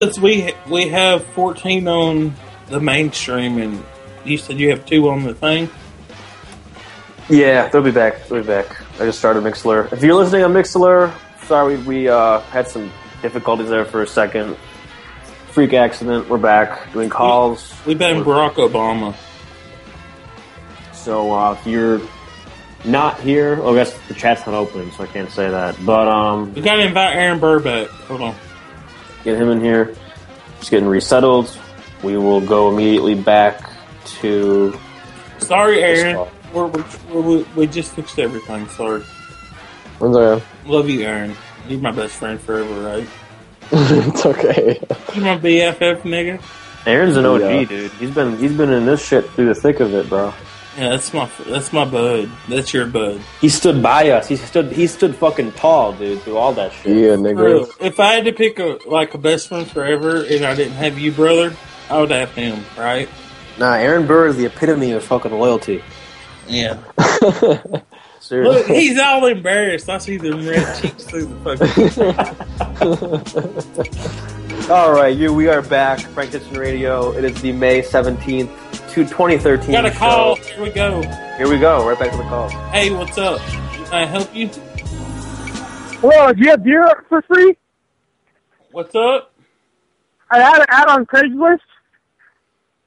Since we we have fourteen on the mainstream, and you said you have two on the thing. Yeah, they'll be back. They'll be back. I just started Mixler. If you're listening on Mixler, sorry we uh, had some difficulties there for a second. Freak accident. We're back doing calls. We've been Barack Obama. So uh, if you're not here, oh, I guess the chat's not open, so I can't say that. But um, We gotta invite Aaron Burbeck. Hold on. get him in here. Just getting resettled. We will go immediately back to Sorry, Aaron. call. We're, we're, we're, we just fixed everything. Sorry. It's okay. Love you, Aaron. You're my best friend forever, right? it's okay. You my BFF, nigga. Aaron's an OG, Yeah. dude. He's been he's been in this shit through the thick of it, bro. Yeah, that's my that's my bud. That's your bud. He stood by us. He stood he stood fucking tall, dude, through all that shit. Yeah, nigga. Bro, if I had to pick a like a best friend forever, and I didn't have you, brother, I would have him, right? Nah, Aaron Burr is the epitome of fucking loyalty. Yeah. Look, Seriously. he's all embarrassed. I see them red cheeks through the fucking. all right, you. We are back. Frank Ditson Radio. It is the May seventeenth, two twenty thirteen. Got a call. Here we go. Here we go. Right back to the call. Hey, what's up? Can I help you? Hello, do you have beer for free? What's up? I had an ad on Craigslist.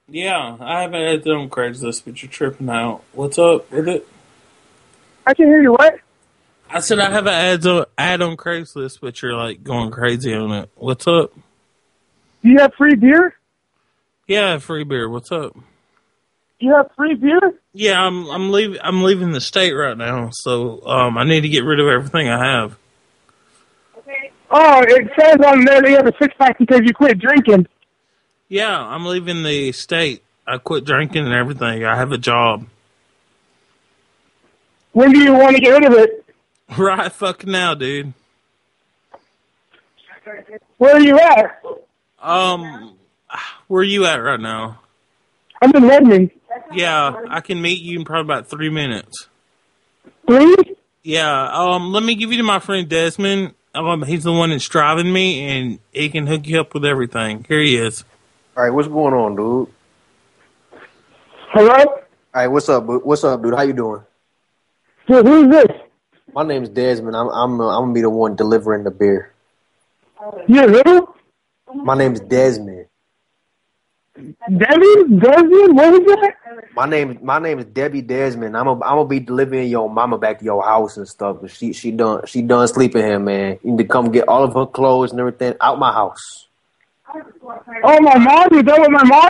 Yeah, I haven't had them Craigslist, but you're tripping out. What's up with it? I can hear you. What? I said I have an ad on, ad on Craigslist, but you're like going crazy on it. What's up? Do you have free beer? Yeah, free beer. What's up? Do you have free beer? Yeah, I'm I'm leaving I'm leaving the state right now, so um I need to get rid of everything I have. Oh, it says on there that you have a six pack because you quit drinking. Yeah, I'm leaving the state. I quit drinking and everything. I have a job. When do you want to get rid of it? Right fucking now, dude. Where are you at? Um where you at right now? I'm in Redmond. Yeah, I can meet you in probably about three minutes. Three? Yeah, um let me give you to my friend Desmond. Um he's the one that's driving me and he can hook you up with everything. Here he is. All right, what's going on, dude? All Hello? right, what's up? bu- What's up, dude? How you doing? Dude, who's this? My name's Desmond. I'm I'm uh, I'm gonna be the one delivering the beer. You're who? My name's Desmond. Devin? Desmond? What was that? My name my name is Debbie Desmond. I'm a, I'm gonna be delivering your mama back to your house and stuff. But she she done she done sleeping here, man. You need to come get all of her clothes and everything out my house. Oh, my mom? You're done with my mom?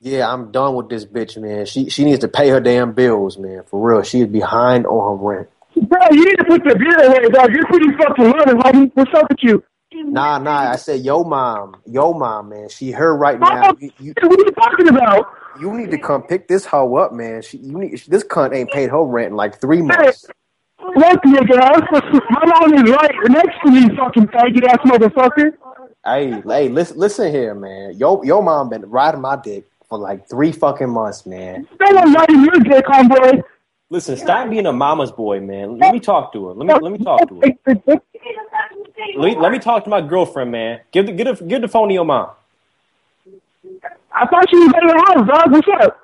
Yeah, I'm done with this bitch, man. She she needs to pay her damn bills, man. For real, she is behind on her rent. Bro, you need to put the beer away, dog. You're pretty fucking loaded, homie. What's up with you? Nah, nah. I said yo mom, yo mom, man. She her right now. Mama, You- you- what are you talking about? You need to come pick this hoe up, man. She, you need this cunt ain't paid her rent in like three months. Look, nigga, my mom is right next to me, fucking faggot ass motherfucker. Hey, hey, listen, listen here, man. Yo, your mom been riding my dick for like three fucking months, man. No one riding your dick, homeboy. Listen, stop being a mama's boy, man. Let me talk to her. Let me let me talk to her. Let me, let me talk to my girlfriend, man. Give the give the, give the phone to your mom. I thought she was in the house, dog. What's up?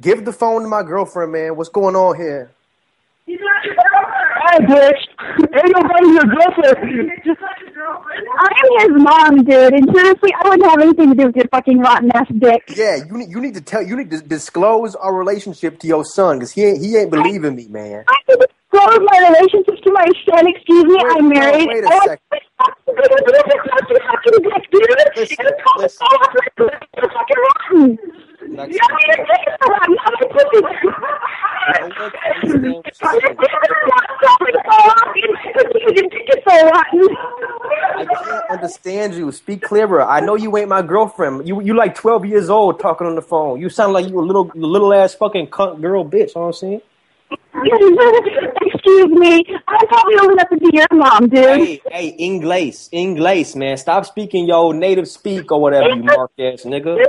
Give the phone to my girlfriend, man. What's going on here? Hey, bitch. Ain't nobody your girlfriend. I am his mom, dude, and seriously, I wouldn't have anything to do with your fucking rotten ass dick. Yeah, you need you need to tell you need to disclose our relationship to your son because he ain't he ain't believing me, man. I can disclose my relationship to my son. Excuse me, Wait, I'm married. no, wait a Oh, I- second. Listen, listen. I can't understand you. Speak clearer. I know you ain't my girlfriend. You you like twelve years old talking on the phone. You sound like you a little little ass fucking cunt girl bitch. You know what I'm saying? Excuse me, I probably open up to be your mom, dude. Hey, hey, English, English, man. Stop speaking your native speak or whatever you mark ass nigga.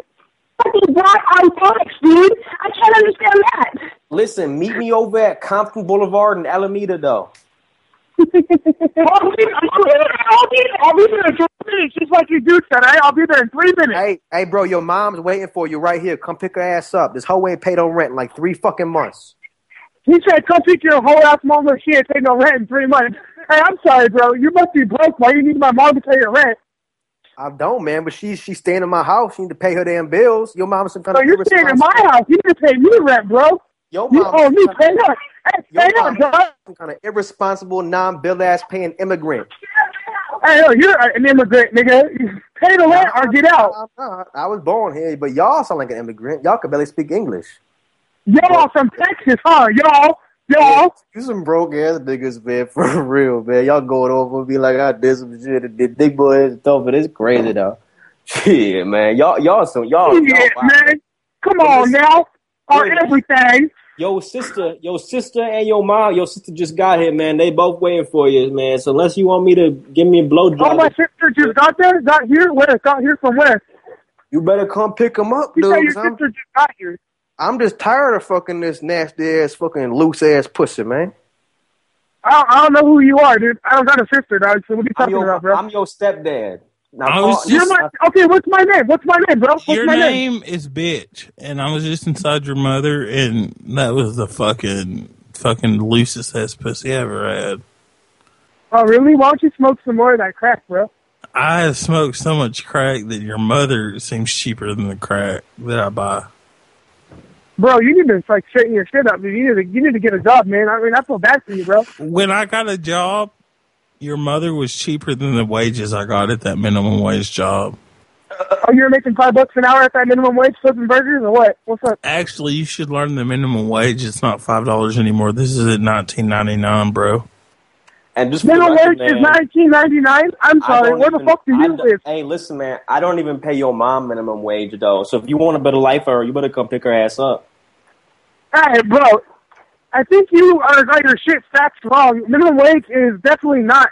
Fucking black on box, dude. I can't understand that. Listen, meet me over at Compton Boulevard in Alameda, though. I'll be, I'll, I'll be, I'll be there in three minutes, just like you do today. I'll be there in three minutes. Hey, hey, bro, your mom's waiting for you right here. Come pick her ass up. This hoe ain't paid no rent in like three fucking months. He said, "Come pick your whole ass mom up. She ain't paying no rent in three months." Hey, I'm sorry, bro. You must be broke. Why you need my mom to pay your rent? I don't, man, but she's she's staying in my house. You need to pay her damn bills. Your mom's some kind So of you're staying in my irresponsible- house. You need to pay me rent, bro. Your You mom owe is me. some Pay kind of- up. Hey, Your pay up, mom- bro. some kind of irresponsible, non-bill ass paying immigrant. Hey, yo, you're an immigrant, nigga. You Pay the rent or get out. I'm not. I was born here, but y'all sound like an immigrant. Y'all can barely speak English. Y'all from Texas, huh? Y'all, y'all. You some broke ass niggas, man, for real, man. Y'all going over and be like, I did some shit and did dick boy and stuff, but it's crazy though. Shit, man. Y'all, y'all some, y'all, y'all yeah, wild. man. Come Well, on listen. now. Or Wait. everything. Yo sister, your sister and your mom, your sister just got here, man. They both waiting for you, man. So unless you want me to give me a Oh, blowjob, my sister just got there. Got here. Where? Got here from where? You better come pick them up, You dude. say your 'cause I'm, sister just got here. I'm just tired of fucking this nasty ass, fucking loose ass pussy, man. I don't, I don't know who you are, dude. I don't got a sister, dog. So what are you I'm talking about, your, bro? I'm your stepdad. Now, I was call- You're my okay. What's my name? What's my name, bro? What's Your my name? name is bitch, and I was just inside your mother, and that was the fucking fucking loosest ass pussy I ever had. Oh, really? Why don't you smoke some more of that crack, bro? I have smoked so much crack that your mother seems cheaper than the crack that I buy. Bro, you need to like straighten your shit up, dude. You need to you need to get a job, man. I mean, I feel bad for you, bro. When I got a job, your mother was cheaper than the wages I got at that minimum wage job. Uh, Oh, you're making five bucks an hour at that minimum wage flipping burgers or what? What's up? Actually, you should learn the minimum wage. It's not five dollars anymore. This is at nineteen ninety nine, bro. And just for the Minimum record, wage is man, nineteen ninety nine. I'm I sorry. don't Where the even- fuck do I you don't- live? Hey, listen, man. I don't even pay your mom minimum wage though. So if you want a better life for her, you better come pick her ass up. Hey, bro. I think you are got your shit facts wrong. Minimum wage is definitely not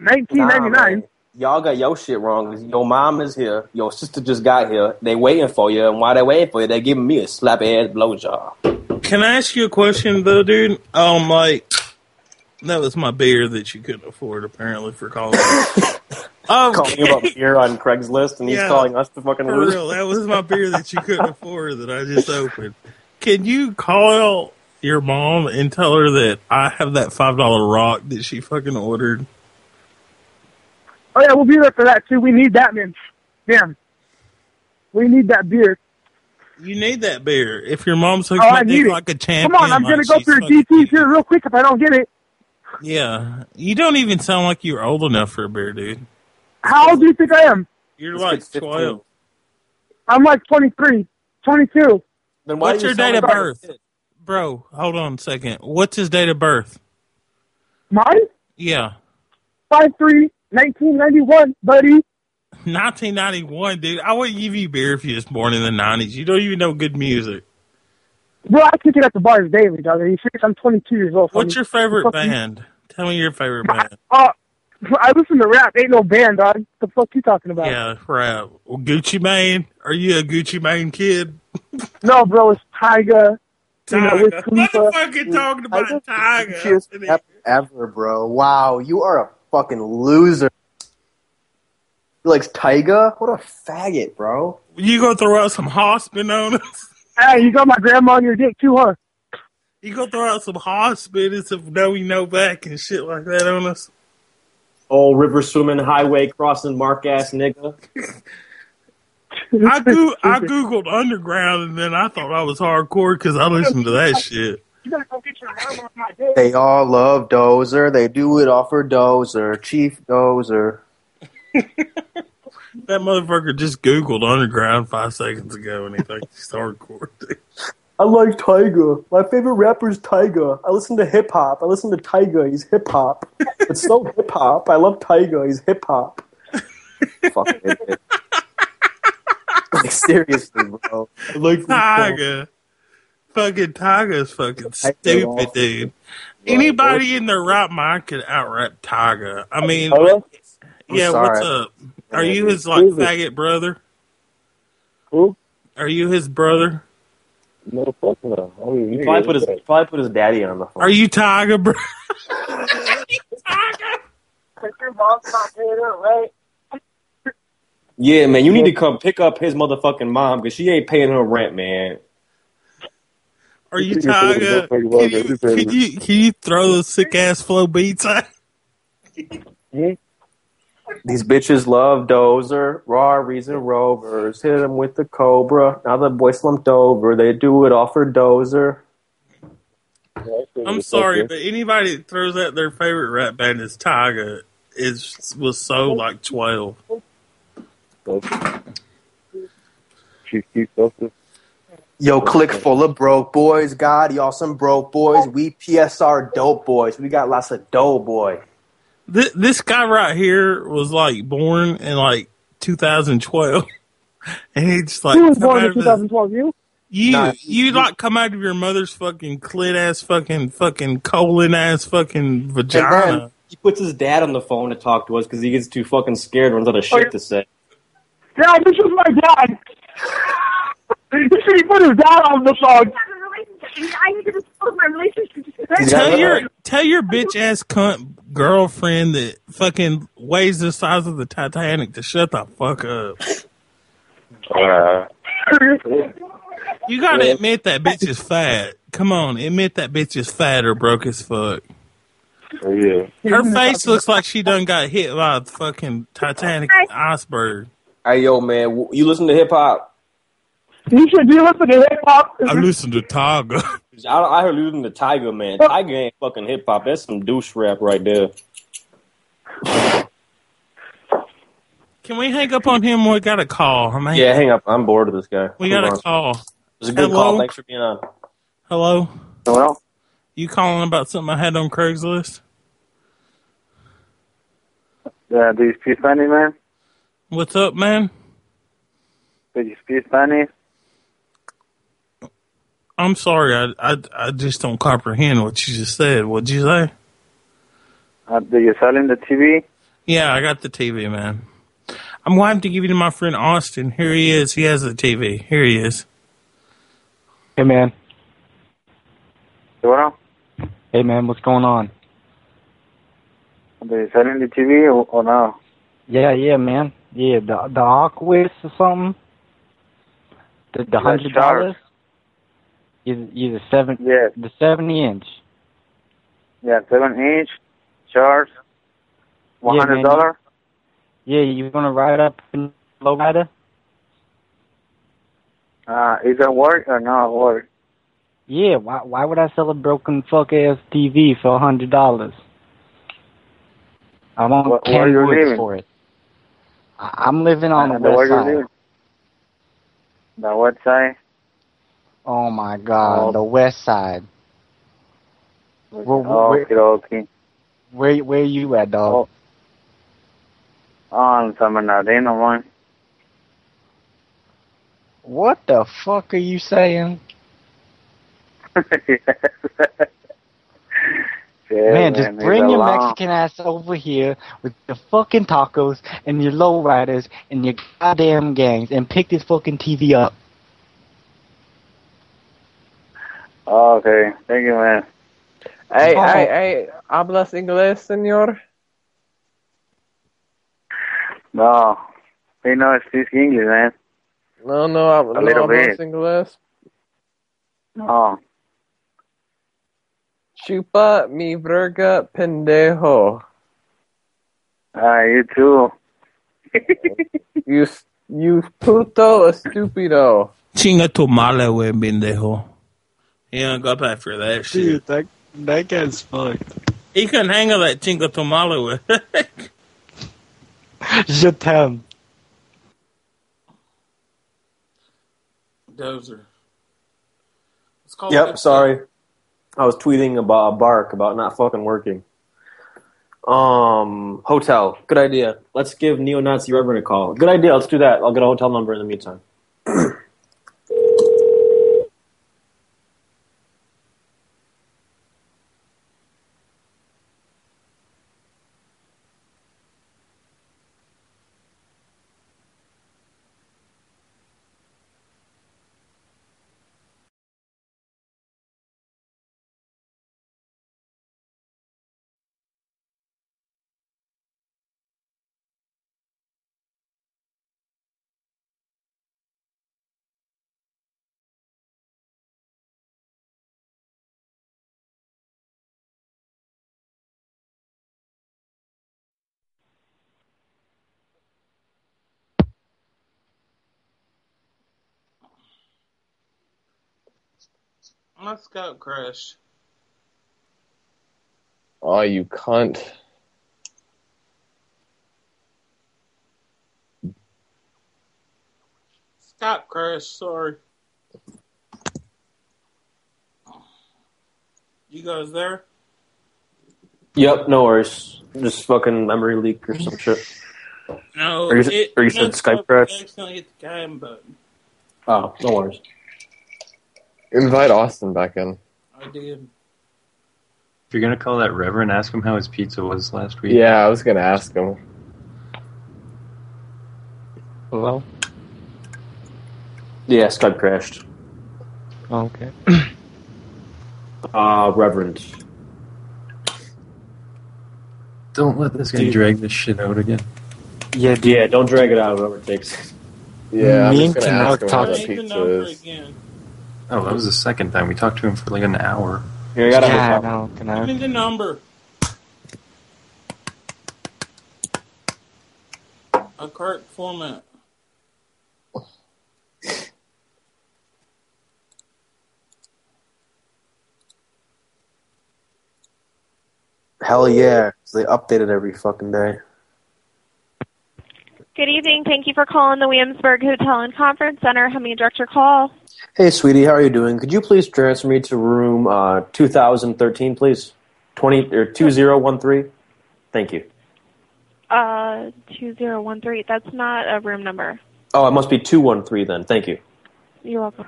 nineteen Nah, ninety nine. man. Y'all got your shit wrong. 'cause Your mom is here. Your sister just got here. They waiting for you, and while they waiting for you, they giving me a slap ass blowjob. Can I ask you a question though, dude? Um, like that was my beer that you couldn't afford apparently for calling. Oh, Calling you up okay, here on Craigslist, and he's Yeah. calling us to fucking for lose. real, that was my beer that you couldn't afford that I just opened. Can you call your mom and tell her that I have that five dollar rock that she fucking ordered? Oh yeah, we'll be there for that too. We need that man. Damn. We need that beer. You need that beer if your mom's hooked Oh, I my dick need it. like a champion. Come on, I'm gonna like go she's through fucking- DT here real quick if I don't get it. Yeah, you don't even sound like you're old enough for a beer, dude. How old do you think I am? You're This like kid's 15. twelve. I'm like 23, 22. Then why What's do you your date sound of like a birth, kid? bro? Hold on a second. What's his date of birth? Mine? Yeah, 5'3", 1991, buddy. 1991, dude. I wouldn't give you beer if you was born in the 90s. You don't even know good music. Bro, I kick it at the bars daily, dog. Are you serious? I'm 22 years old. What's your favorite Fuck you. band? Tell me your favorite I, band. uh, I listen to rap. Ain't no band, dog. The fuck you talking about? Yeah, right. Well, Gucci Mane. Are you a Gucci Mane kid? No, bro, it's Tyga. You know, Tiger. Wiz Khalifa. Motherfucking talking about Tiger. Cutest rap ever, bro. Wow, you are a fucking loser. You like Tyga? What a faggot, bro. You gonna throw out some Hospin on us? Hey, you got my grandma on your dick too, huh? You gonna throw out some Hospin and some No We No Back and shit like that on us? Old river swimming, highway crossing, mark ass nigga. I, go- I googled underground and then I thought I was hardcore because I listened to that shit. You better go get your grandma on my dick. They all love Dozer. They do it all for Dozer. Chief Dozer. That motherfucker just googled underground five seconds ago and he thinks he's hardcore. dude. I like Tyga. My favorite rapper is Tyga. I listen to hip hop. I listen to Tyga. He's hip hop. It's so hip hop. I love Tyga. He's hip hop. Fucking idiot. like, seriously, bro. I like Tiger. Fucking Tiger's fucking stupid, dude. Anybody in their right mind could outrap Tiger. I mean, Hello? I'm yeah, sorry. what's up? Are you his, like, Who is it? faggot brother? Who? Are you his brother? No, fuck no. I don't even He know. probably put his, probably put his daddy on the phone. Are you Tiger, bro? Are you because your mom's not doing it right. Yeah, man, you need to come pick up his motherfucking mom because she ain't paying her rent, man. Are you Tyga? Can you, can you can you throw those sick ass flow beats out? These bitches love Dozer, Raw Reason Rovers. Hit him with the Cobra. Now the boy slumped over. They do it all for Dozer. I'm sorry, but anybody that throws out their favorite rap band as Tyga is was so like twelve. Chief Keef Sosa. Yo, click full of broke boys. God, y'all some broke boys. We PSR dope boys. We got lots of dope boy. This, this guy right here was like born in like 2012, and he just like Who was come born out in of his- 2012? You? You Nah, you like come out of your mother's fucking clit ass fucking fucking colon ass fucking And vagina. then he puts his dad on the phone to talk to us because he gets too fucking scared, runs out of shit to say. Dad, this is my dad. you should put his dad on the phone. I need to dispose my relationship. He's got Tell it. your tell your bitch ass cunt girlfriend that fucking weighs the size of the Titanic to shut the fuck up. Uh-huh. Uh, You gotta admit that bitch is fat. Come on, admit that bitch is fat or broke as fuck. yeah. Her Mm-hmm. face looks like she done got hit by a fucking Titanic iceberg. Hey, yo, man, w- you listen to hip hop? You should be listening to hip hop. I listen to Tyga. I, I heard you listen to Tiger, man. Tiger ain't fucking hip hop. That's some douche rap right there. Can we hang up on him? We got a call. I'm hang- Yeah, hang up. I'm bored of this guy. we Move got on. a call. It was a good Hello? call. Thanks for being on. Hello. Well, You calling about something I had on Craigslist? Yeah, do you speak funny, man? What's up, man? Do you speak funny? I'm sorry. I I, I just don't comprehend what you just said. What'd you say? Uh, do you sell in the TV? Yeah, I got the TV, man. I'm going to give you to my friend Austin. Here he is. He has the TV. Here he is. Hey man, Well, hey man, what's going on? do you sell in the TV or, or no? Yeah, yeah, man, yeah, the the Aquas or something. The the Is that hundred dollars. Either either seven Yeah, the seventy inch. yeah, seven inch, charge, one Yeah, hundred man. dollar. Yeah, you gonna ride up in lowrider? Uh, is that work or not work? Yeah, why why would I sell a broken fuck ass TV for a hundred dollars? I want Wh- where ten you woods living? for it. I, I'm living on the the west you side. live? The what side? Oh my god, Oh. the west side. Well, where- okay, okay. Where where you at, dog? Oh. On summer now, they know one. What the fuck are you saying? man, just bring your Mexican ass over here with your fucking tacos and your lowriders and your goddamn gangs and pick this fucking TV up. Oh, Okay, thank you, man. Hey, Oh. hey, hey, hablas inglés, señor? No, they know it's speak English, man. No, no, hab- A no little hablas bit. inglés. Oh, Chupa mi verga, pendejo. uh, you too. You, s- you puto estúpido. Chinga tu mala, wey, pendejo. He hung up after that shit. that that guy's fucked. He couldn't hang on that chinga tu mala with. Je t'aime. Dozer. Let's call Yep, sorry. I was tweeting about a bark about not fucking working. Um, hotel. Good idea. Let's give neo Nazi Reverend a call. Good idea. Let's do that. I'll get a hotel number in the meantime. My Skype crashed. Oh, you cunt. Skype crashed. Sorry. You guys there? Yep, no worries. Just fucking memory leak or some shit. No. Or you, or you said messed Skype up. crash? Accidentally hit the game button. Oh, no worries. Invite Austin back in. I did. If you're gonna call that Reverend, ask him how his pizza was last week. Yeah, I was gonna ask him. Hello? Yeah, Skype crashed. Okay. Uh, Reverend. Don't let this guy Dude. drag this shit out again. Yeah, yeah, don't drag it out, whoever takes. Yeah, I'm Me just and gonna Tanaka ask him talked- what I the need to pizza is. Oh, that was the second time we talked to him for like an hour. Here, I gotta have a Yeah, I problem. Can Uh, Give me the number. A correct format. Hell yeah. 'cause They update it every fucking day. Good evening. Thank you for calling the Williamsburg Hotel and Conference Center. How may I direct your call? Hey, sweetie, how are you doing? Could you please transfer me to room uh, 2013, please? 20 or 2013? Thank you. Uh, 2013. That's not a room number. Oh, it must be 213 then. Thank you. You're welcome.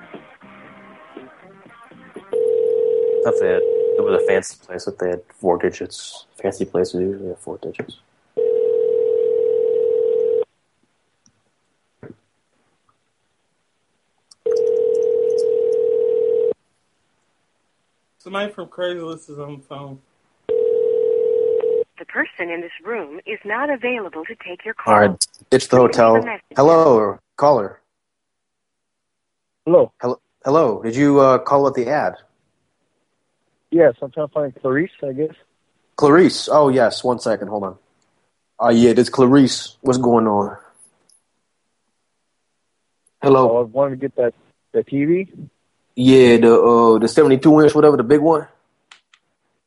That's it. It was a fancy place that they had four digits. Fancy places usually have four digits. Somebody from Craigslist is on the phone. The person in this room is not available to take your call. All right, ditch the hotel. Hello, caller. Hello. Hello. Hello. Did you uh, call up the ad? Yes, I'm trying to find Clarice, I guess. Clarice. Oh yes. One second. Hold on. Oh yeah, this Clarice. What's going on? Hello. I was wanting to get that the TV. Yeah, the uh, the seventy two inch, whatever, the big one.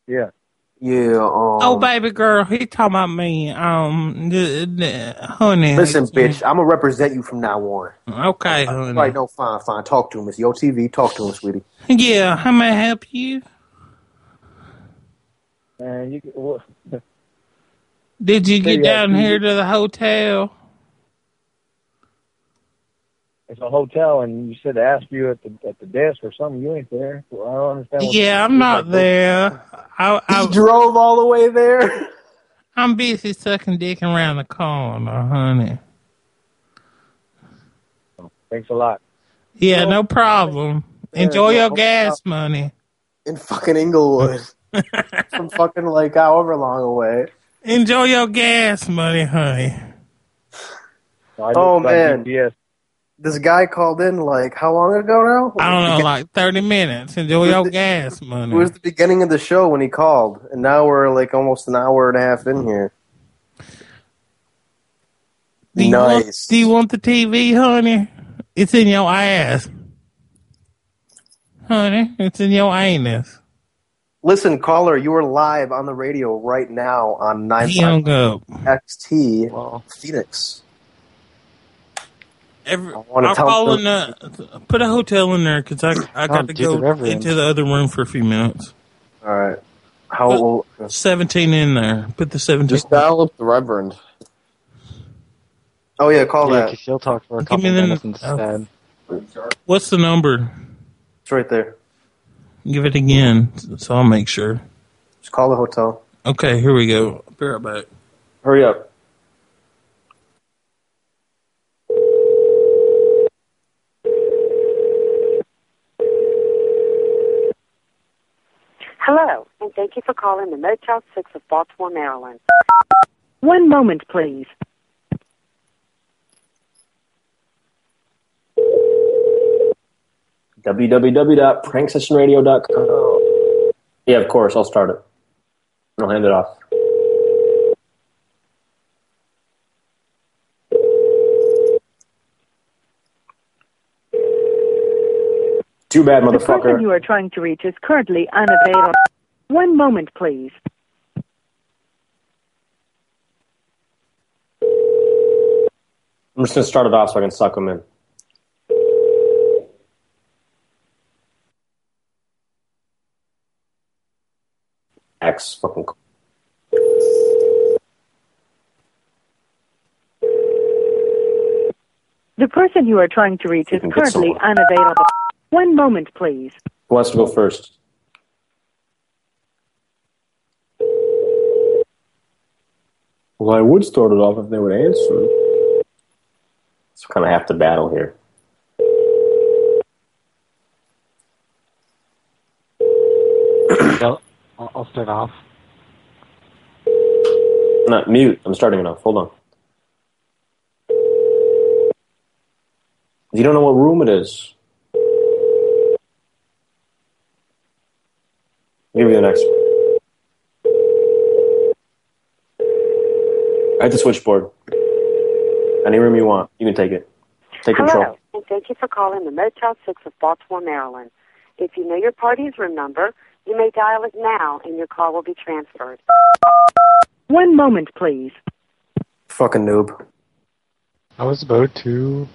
Yeah. Yeah. Um, oh, baby girl, he talking about me. Um, d- d- honey. Listen, bitch, I'm gonna represent you from now on. Okay, All honey. right, no, fine, fine. Talk to him. It's your TV. Talk to him, sweetie. Yeah, how may I help you? Man, you well, Did you Hey, get yeah, down can here you- to the hotel? it's a hotel, and you said to ask you at the at the desk or something. You ain't there. Well, I don't understand. What Yeah, I'm not there. I, I oh. drove all the way there. I'm busy sucking dick around the corner, honey. Thanks a lot. Yeah, no problem. Enjoy your gas money. In fucking Inglewood. From fucking like however long away. Enjoy your gas money, honey. Oh man, this guy called in like how long ago now? I don't know, like 30 minutes. Enjoy Who's your the- gas It money. was the beginning of the show when he called, and now we're like almost an hour and a half in here. do, you want, nice. do you want the TV, honey? It's in your ass. Honey, it's in your anus. Listen, caller, you are live on the radio right now on nine He hung up. XT Phoenix. Every, wanna I'll tell call them- in the, uh, put a hotel in there because I, I got to do the go reverend. into the other room for a few minutes. All right. How old? 17 in there. Put the 17. Just dial up the Reverend. Oh yeah, call Yeah, that. 'cause She'll talk for a Give couple me the- minutes instead. What's the number? It's right there. Give it again so I'll make sure. Just call the hotel. Okay, here we go. Be right back. Hurry up. Hello, and thank you for calling the Motel 6 of Baltimore, Maryland. One moment, please. www.pranksessionradio.com. Yeah, of course. I'll start it. I'll hand it off. Too bad, The person motherfucker. you are trying to reach is currently unavailable. One moment, please. I'm just gonna start it off so I can suck him in. X fucking. c- The person you are trying to reach is can get currently unavailable. One moment, please. Who wants to go first? Well, I would start it off if they would answer. So kind of half the battle here. I'll, I'll start off. Not mute. I'm starting it off. Hold on. You don't know what room it is. Give me the next. one. At the switchboard. Any room you want, you can take it. Take control. Hello. And thank you for calling the Motel 6 of Baltimore, Maryland. If you know your party's room number, you may dial it now and your call will be transferred. One moment, please. Fucking noob. I was about to.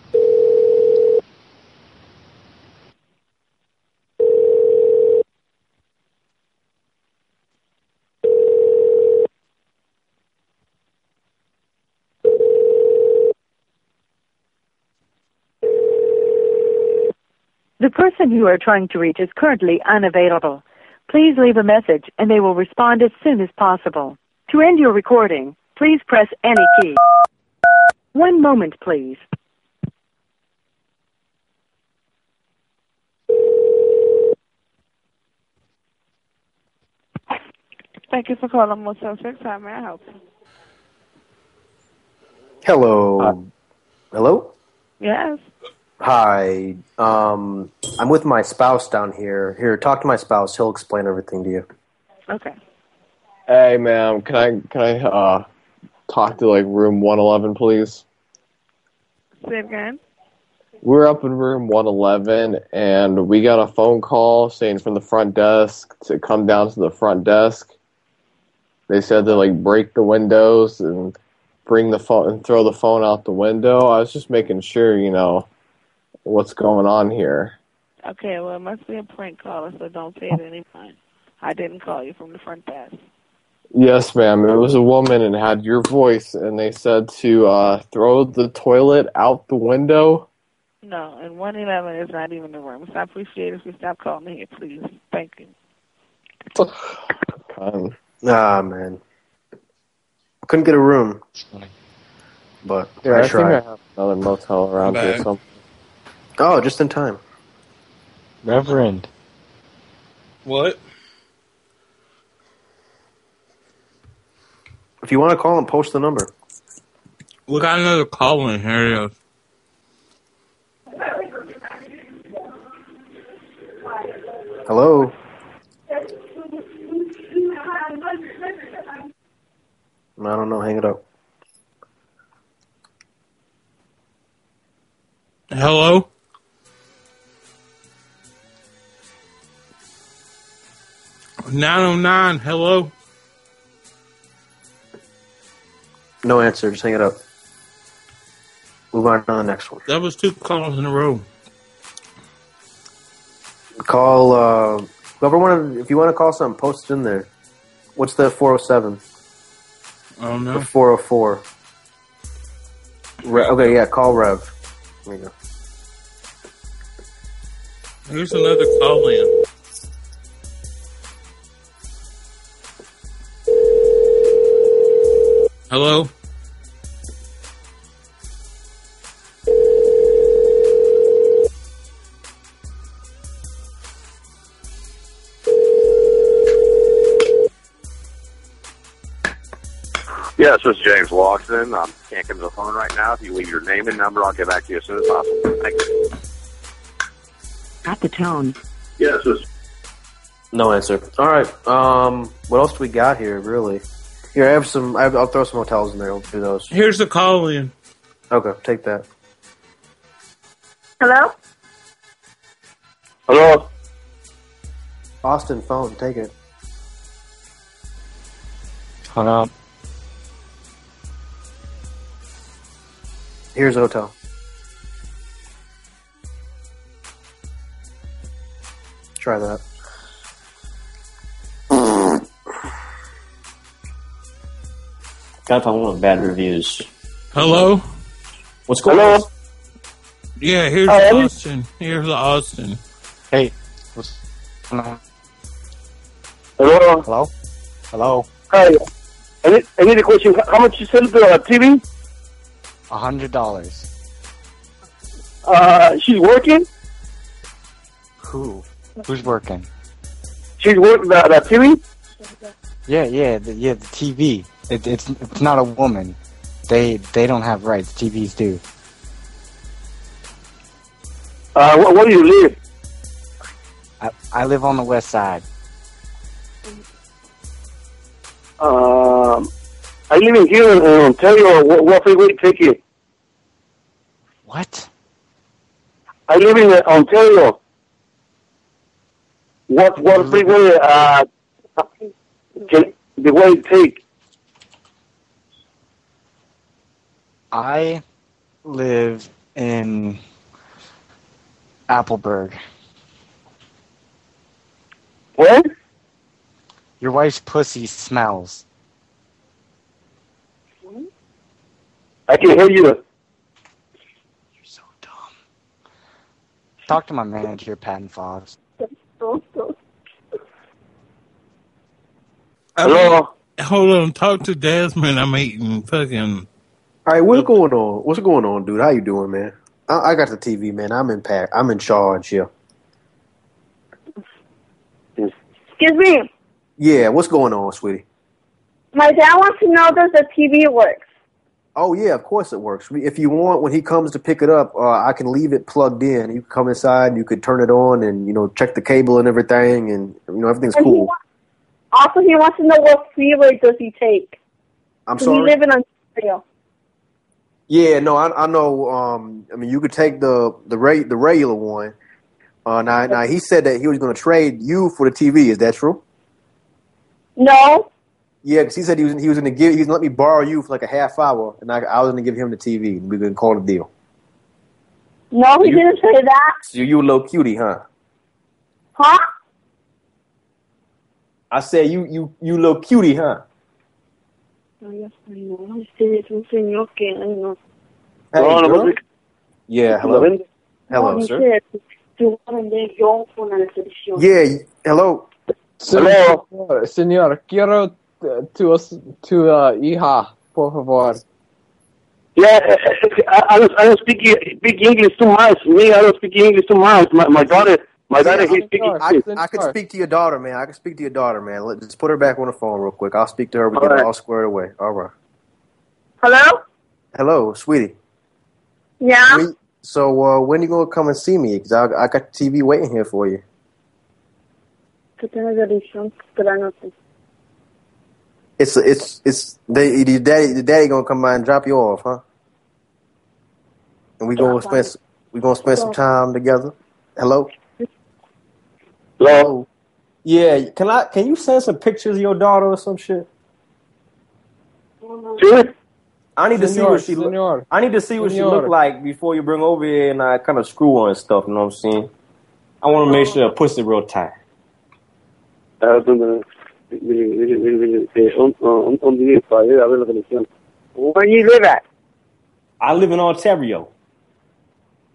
The person you are trying to reach is currently unavailable. Please leave a message and they will respond as soon as possible. To end your recording, please press any key. One moment, please. Thank you for calling Motel 6. How may I help you? Hello. Hello? Yes. Hi. Um, I'm with my spouse down here. Here, talk to my spouse. He'll explain everything to you. Okay. Hey, ma'am, can I can I uh talk to like room one eleven, please? Say it again. We're up in room one eleven, and we got a phone call saying from the front desk to come down to the front desk. They said to like break the windows and bring the phone and throw the phone out the window. I was just making sure, you know, what's going on here. Okay, well, it must be a prank caller, so don't pay it any mind. I didn't call you from the front desk. Yes, ma'am. It was a woman and had your voice, and they said to uh, throw the toilet out the window. No, and 111 is not even the room. So I appreciate if you stop calling me here, please. Thank you. Um, ah, man. Couldn't get a room. But Yeah, I, I think tried. I have another motel around I'm here. back. Some Oh, just in time. Reverend. What? If you want to call him, post the number. We got another call in here. It is. Hello. I don't know. Hang it up. Hello? Nine oh nine. Hello. No answer. Just hang it up. Move on to the next one. That was two calls in a row. Call uh, whoever wanted. If you want to call something, post it in there. What's the four hundred seven? Oh The no. four hundred four. Re- okay, yeah. Call Rev. There you go. Here's another call in. Hello. Yes, this is James Watson. I can't come to the phone right now. If you leave your name and number, I'll get back to you as soon as possible. Thank you. At the tone. Yes, this No answer. All right. Um, what else do we got here? Really? Here, I have some. I have, I'll throw some hotels in there. We'll do those. Here's the call in. Okay, take that. Hello? Hello. Austin phone, take it. Hung up. Here's Oto. Try that. Got on one of bad reviews. Hello? What's going on? Yeah, here's Hello? Austin. Here's Austin. Hey, what's going on? Hello. Hello. Hello. Hi. I need, I need a question. How much you sell the uh, TV? A hundred dollars. Uh, she's working. Who? Who's working? She's working the, the TV. Yeah, yeah, the, yeah. The TV. It, it's it's not a woman. They they don't have rights. TVs do. Uh, where, where do you live? I, I live on the west side. Um, I live in here in, in Ontario. uh, What, what freeway take you? What? I live in uh, Ontario. What what Mm-hmm. freeway? Uh, can, the way it take? I live in Appleburg. What? Your wife's pussy smells. I can hear you. Talk to my manager, Patton Fox. Hello. hold on. Talk to Desmond. I'm eating fucking. All right, what's going on? What's going on, dude? How you doing, man? I, I got the TV, man. I'm in pack. I'm in charge here. Excuse me. Yeah, what's going on, sweetie? My dad wants to know does the TV work? Oh yeah, of course it works. We- If you want, when he comes to pick it up, uh, I can leave it plugged in. You can come inside, you could turn it on, and you know check the cable and everything, and you know everything's And he cool. Also, he wants to know what freeway does he take? I'm Does He sorry. live in Ontario. Yeah, no, I, I know. Um, I mean, you could take the the re- the regular one. Uh, now, now he said that he was going to trade you for the TV. Is that true? No. Yeah, because he said he was he was going to give he was going to let me borrow you for like a half hour, and I, I was going to give him the TV, and we could call it a deal. No, Oh, he You- didn't say that. So you a little cutie, huh? Huh? I said you you you little cutie, huh? Hey, Hello, girl. what's Yeah, hello. Hello, sir. Yeah, y- hello. Hello. Señor, quiero uh, tu, as- tu uh, hija, por favor. Yeah, I, I don't I don't speak E, speak English too much. Me, I don't speak English too much. My my daughter, my daughter, he speaks I, English. I could speak to your daughter, man. I could speak to your daughter, man. Let, just put her back on the phone real quick. I'll speak to her. We All get right. it all squared away. All right. Hello? Hello, sweetie. Yeah. When- so uh, when you gonna come and see me? Cause I, I got the TV waiting here for you. It's it's it's they the daddy the daddy gonna come by and drop you off, huh? And we gonna spend s- we gonna spend some time together. Hello. Hello. Yeah, can I can you send some pictures of your daughter or some shit? I need to see what she look. Senor. I need to see what she Senor. look like before you bring over here and I kind of screw her and stuff. You know what I'm saying? I want to make sure her pussy real tight. Ah, donde- mire, mire, mire, mire, eh, un- un- un día para ir a ver la televisión. Where you live at? I live in Ontario.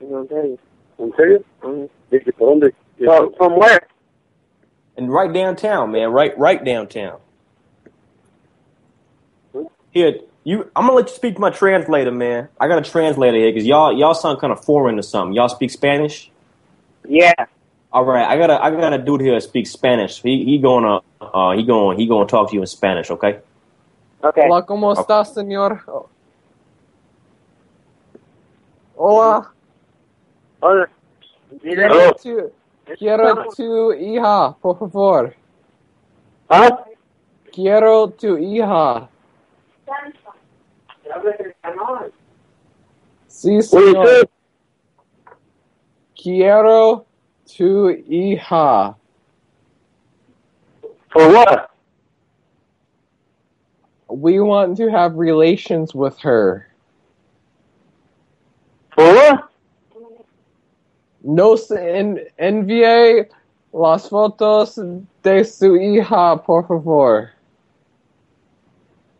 ¿En serio? Dice, ¿por dónde? From, from where? And right downtown, man. Right, right downtown. Here, you. I'm gonna let you speak to my translator, man. I got a translator here because y'all, y'all sound kind of foreign or something. Y'all speak Spanish? Yeah. All right, I got a, I got a dude here that speaks Spanish. He, he gonna, uh, he going, he gonna talk to you in Spanish, okay? Okay. Hola, ¿cómo está, señor? Hola. Hola. Oh. Quiero tu, quiero tu hija, por favor. ¿Ah? Quiero tu hija. Sí, señor. Quiero to Iha. For what? We want to have relations with her. For what? No s- en- envié las fotos de su hija, por favor.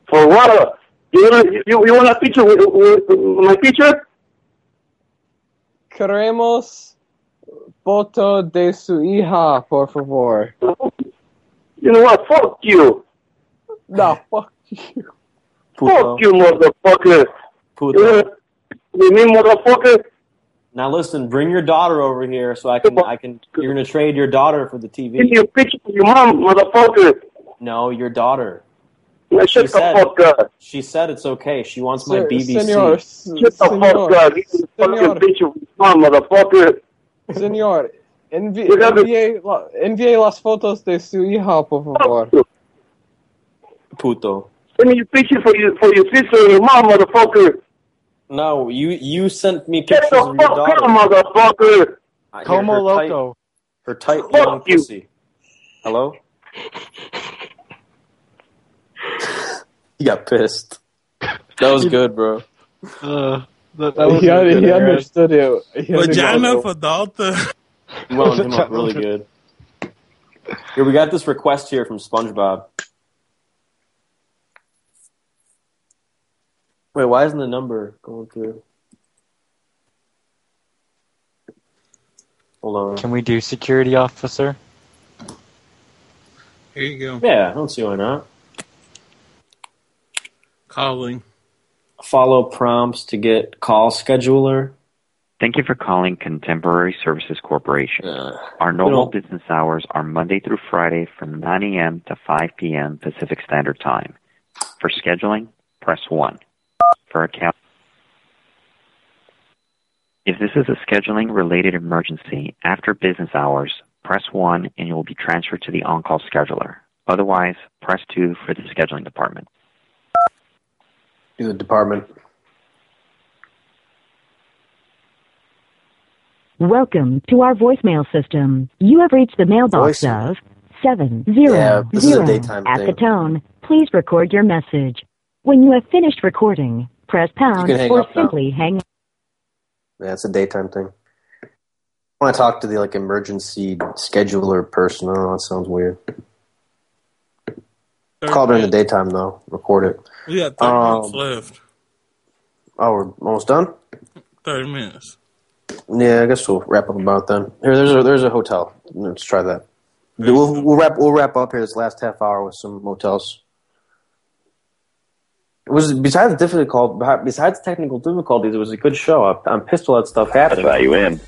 For what? You want you, you want a picture with, with, with uh, my picture? Queremos foto de su hija, por favor. You know what? Fuck you. No, fuck you. Fuck you, motherfucker. You mean motherfucker? Now listen, bring your daughter over here so I can I can you're gonna trade your daughter for the Give me TV. a picture of your mom, motherfucker. No, your daughter. Now shut the fuck up. She said it's okay. She wants my Sir- BBC. senor, s- Shut the senor, fuck up. Give me a senor. fucking picture of your mom, motherfucker. Señor, envi- You got it. envié, la- envié las fotos de su hija, por favor. Puto. Send me a picture for your for your sister and your mom, é motherfucker. No, you you sent me Shut pictures the of your fuck up, daughter. motherfucker. I- her- Como her tight- loco. her tight blonde pussy. Hello? He got pissed. That was good, bro. Uh, that, that was really He, un- good, he Aaron. understood it. He Vagina understood it. fadalta. You wound him up really good. Here, we got this request here from SpongeBob. Wait, why isn't the number going through? Hold Can we do security officer? Here you on. go. Yeah, I don't see why not. Calling. Follow prompts to get call scheduler. Thank you for calling Contemporary Services Corporation. Our normal business hours are Monday through Friday from 9 a.m. to 5 p.m. Pacific Standard Time. For scheduling, press 1. For account. If this is a scheduling related emergency after business hours, press 1 and you will be transferred to the on call scheduler. Otherwise, press 2 for the scheduling department. Do the department. Welcome to our voicemail system. You have reached the mailbox Voicemail. of seven zero Yeah, this is a zero. daytime At the thing. tone, please record your message. When you have finished recording, press pound hang or up now. simply hang up. Yeah, it's a daytime thing. I want to talk to the like emergency scheduler person. I don't know, that sounds weird. Call during the daytime though. Record it. We got 30 minutes Um, left. oh, we're almost done. 30 minutes. Yeah, I guess we'll wrap up about then. Here, there's a there's a hotel. Let's try that. We'll, we'll wrap we'll wrap up here this last half hour with some motels. It was besides the difficult besides technical difficulties. It was a good show. I, I'm pissed all that stuff happened. That's how you end.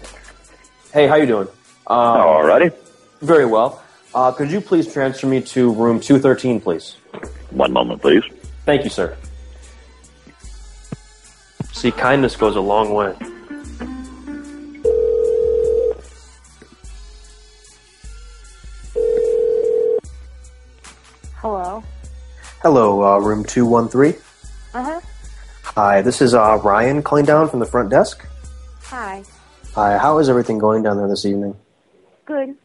Hey, how you doing? Um, Alrighty. Very well. Uh, could you please transfer me to room 213, please? One moment, please. Thank you, sir. See, kindness goes a long way. Hello. Hello, uh, room 213. Uh huh. Hi, this is uh, Ryan calling down from the front desk. Hi. Hi, how is everything going down there this evening? Good.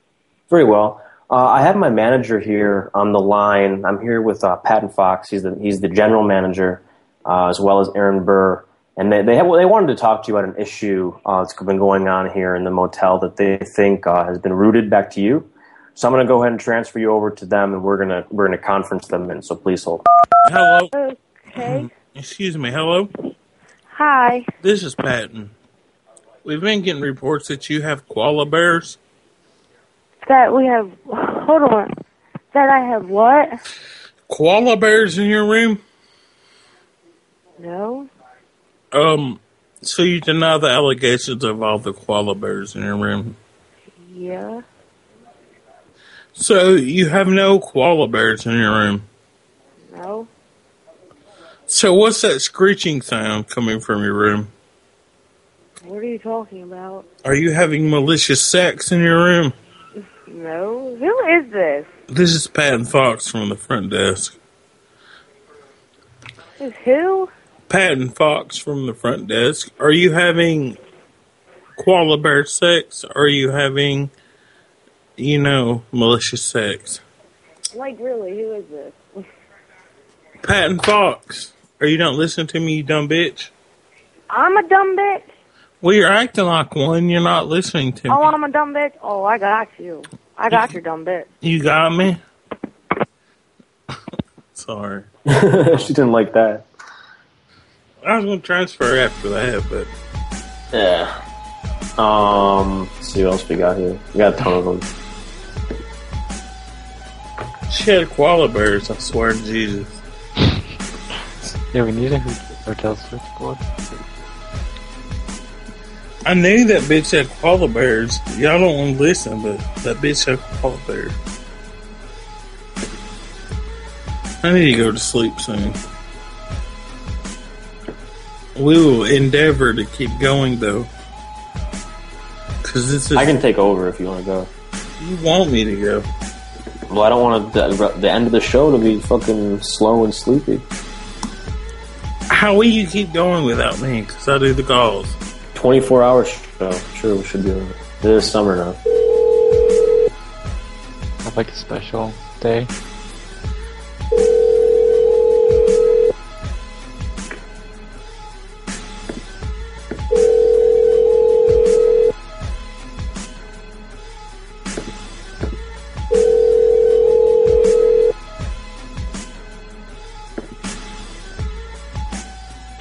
Very well. Uh, I have my manager here on the line. I'm here with uh, Patton Fox. He's the he's the general manager, uh, as well as Aaron Burr. And they they, have, they wanted to talk to you about an issue uh, that's been going on here in the motel that they think uh, has been routed back to you. So I'm going to go ahead and transfer you over to them, and we're gonna we're gonna conference them in. So please hold. Hello. Okay. Excuse me. Hello. Hi. This is Patton. We've been getting reports that you have koala bears. That we have. Hold on. That I have what? Koala bears in your room? No. Um, so you deny the allegations of all the koala bears in your room. Yeah. So you have no koala bears in your room. No. So what's that screeching sound coming from your room? What are you talking about? Are you having malicious sex in your room? No. Who is this? This is Patton Fox from the front desk. Is who? Patton Fox from the front desk. Are you having koala bear sex? Are you having you know, malicious sex. Like, really, who is this? Patton Fox, are you not listening to me, you dumb bitch? I'm a dumb bitch. Well, you're acting like one. You're not listening to me. Oh, I'm a dumb bitch. Oh, I got you. I got your dumb bitch. You got me? Sorry. she didn't like that. I was going to transfer after that, but. Yeah. Um, let's see what else we got here. We got a ton of them. She had koala bears, I swear to Jesus. Yeah, we need a hotel switchboard. I knew that bitch had koala bears. Y'all don't want to listen, but that bitch had koala bears. I need to go to sleep soon. We will endeavor to keep going, though. Cause this is, I can take over if you want to go. You want me to go? Well, I don't want the, the end of the show to be fucking slow and sleepy. How will you keep going without me? Because I do the calls. 24 hour show. Sure, we should do it. It is summer now. Have like a special day.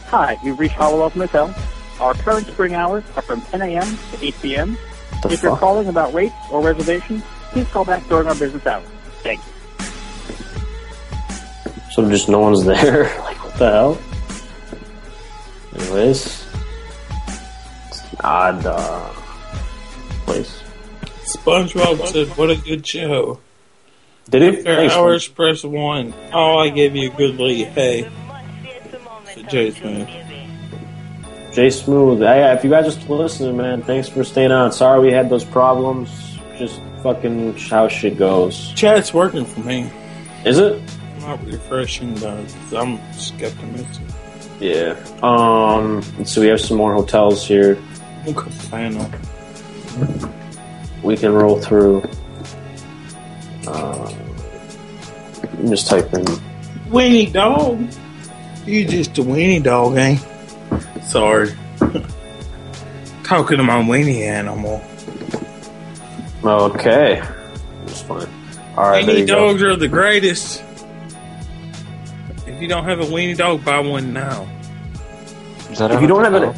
Hi, you've reached Hollowell's Motel. Our current spring hours are from 10 a.m. to 8 p.m. The if you're fuck? calling about rates or reservations, please call back during our business hours. Thank you. So just no one's there. like, what the hell? Anyways, it's an odd uh, place. SpongeBob said, "What a good show." Did it? After hours, press one. Oh, I gave you a good lead. Hey, said Jay Smith. Jay Smooth. Hey, if you guys are still listening, man, thanks for staying on. Sorry we had those problems. Just fucking how shit goes. Chat's working for me. Is it? I'm not refreshing though. 'cause I'm skeptical. Yeah. Um. So we have some more hotels here. Okay, I know. We can roll through. Uh, just type in. Weenie dog. You just a weenie dog, eh? ain't? Sorry. Talking to my weenie animal. Okay. That's fine. All right. there weenie you go. dogs are the greatest. If you don't have a weenie dog, buy one now. if you don't have an-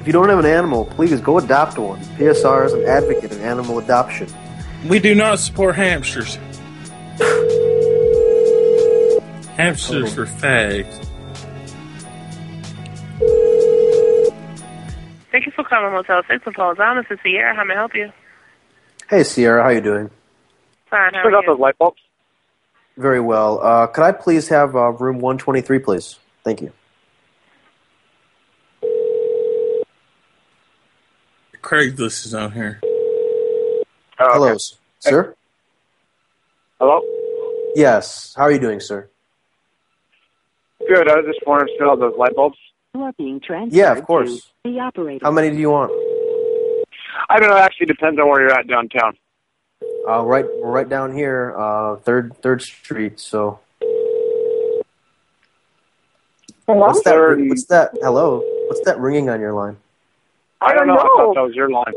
if you don't have an animal, please go adopt one. PSR is an advocate of animal adoption. We do not support hamsters. hamsters are fags. Thank you for calling Motel 6 in Paul's Island. This is Sierra. How may I help you? Hey, Sierra, how you doing? Fine, how are you? light bulbs. Very well. Uh, could I please have uh, room 123, please? Thank you. Craigslist is on here. Oh, Hello, s- sir. Hello? Yes. How are you doing, sir? Good. I was just wondering if you sell those light bulbs. You are being transferred Yeah, of course. the operator. How many do you want? I don't know. It actually depends on where you're at downtown. Uh, right, we're right down here, uh, third Third Street. So, what's that? Third and- What's that? Hello. What's that ringing on your line? I don't know. I thought that was your line.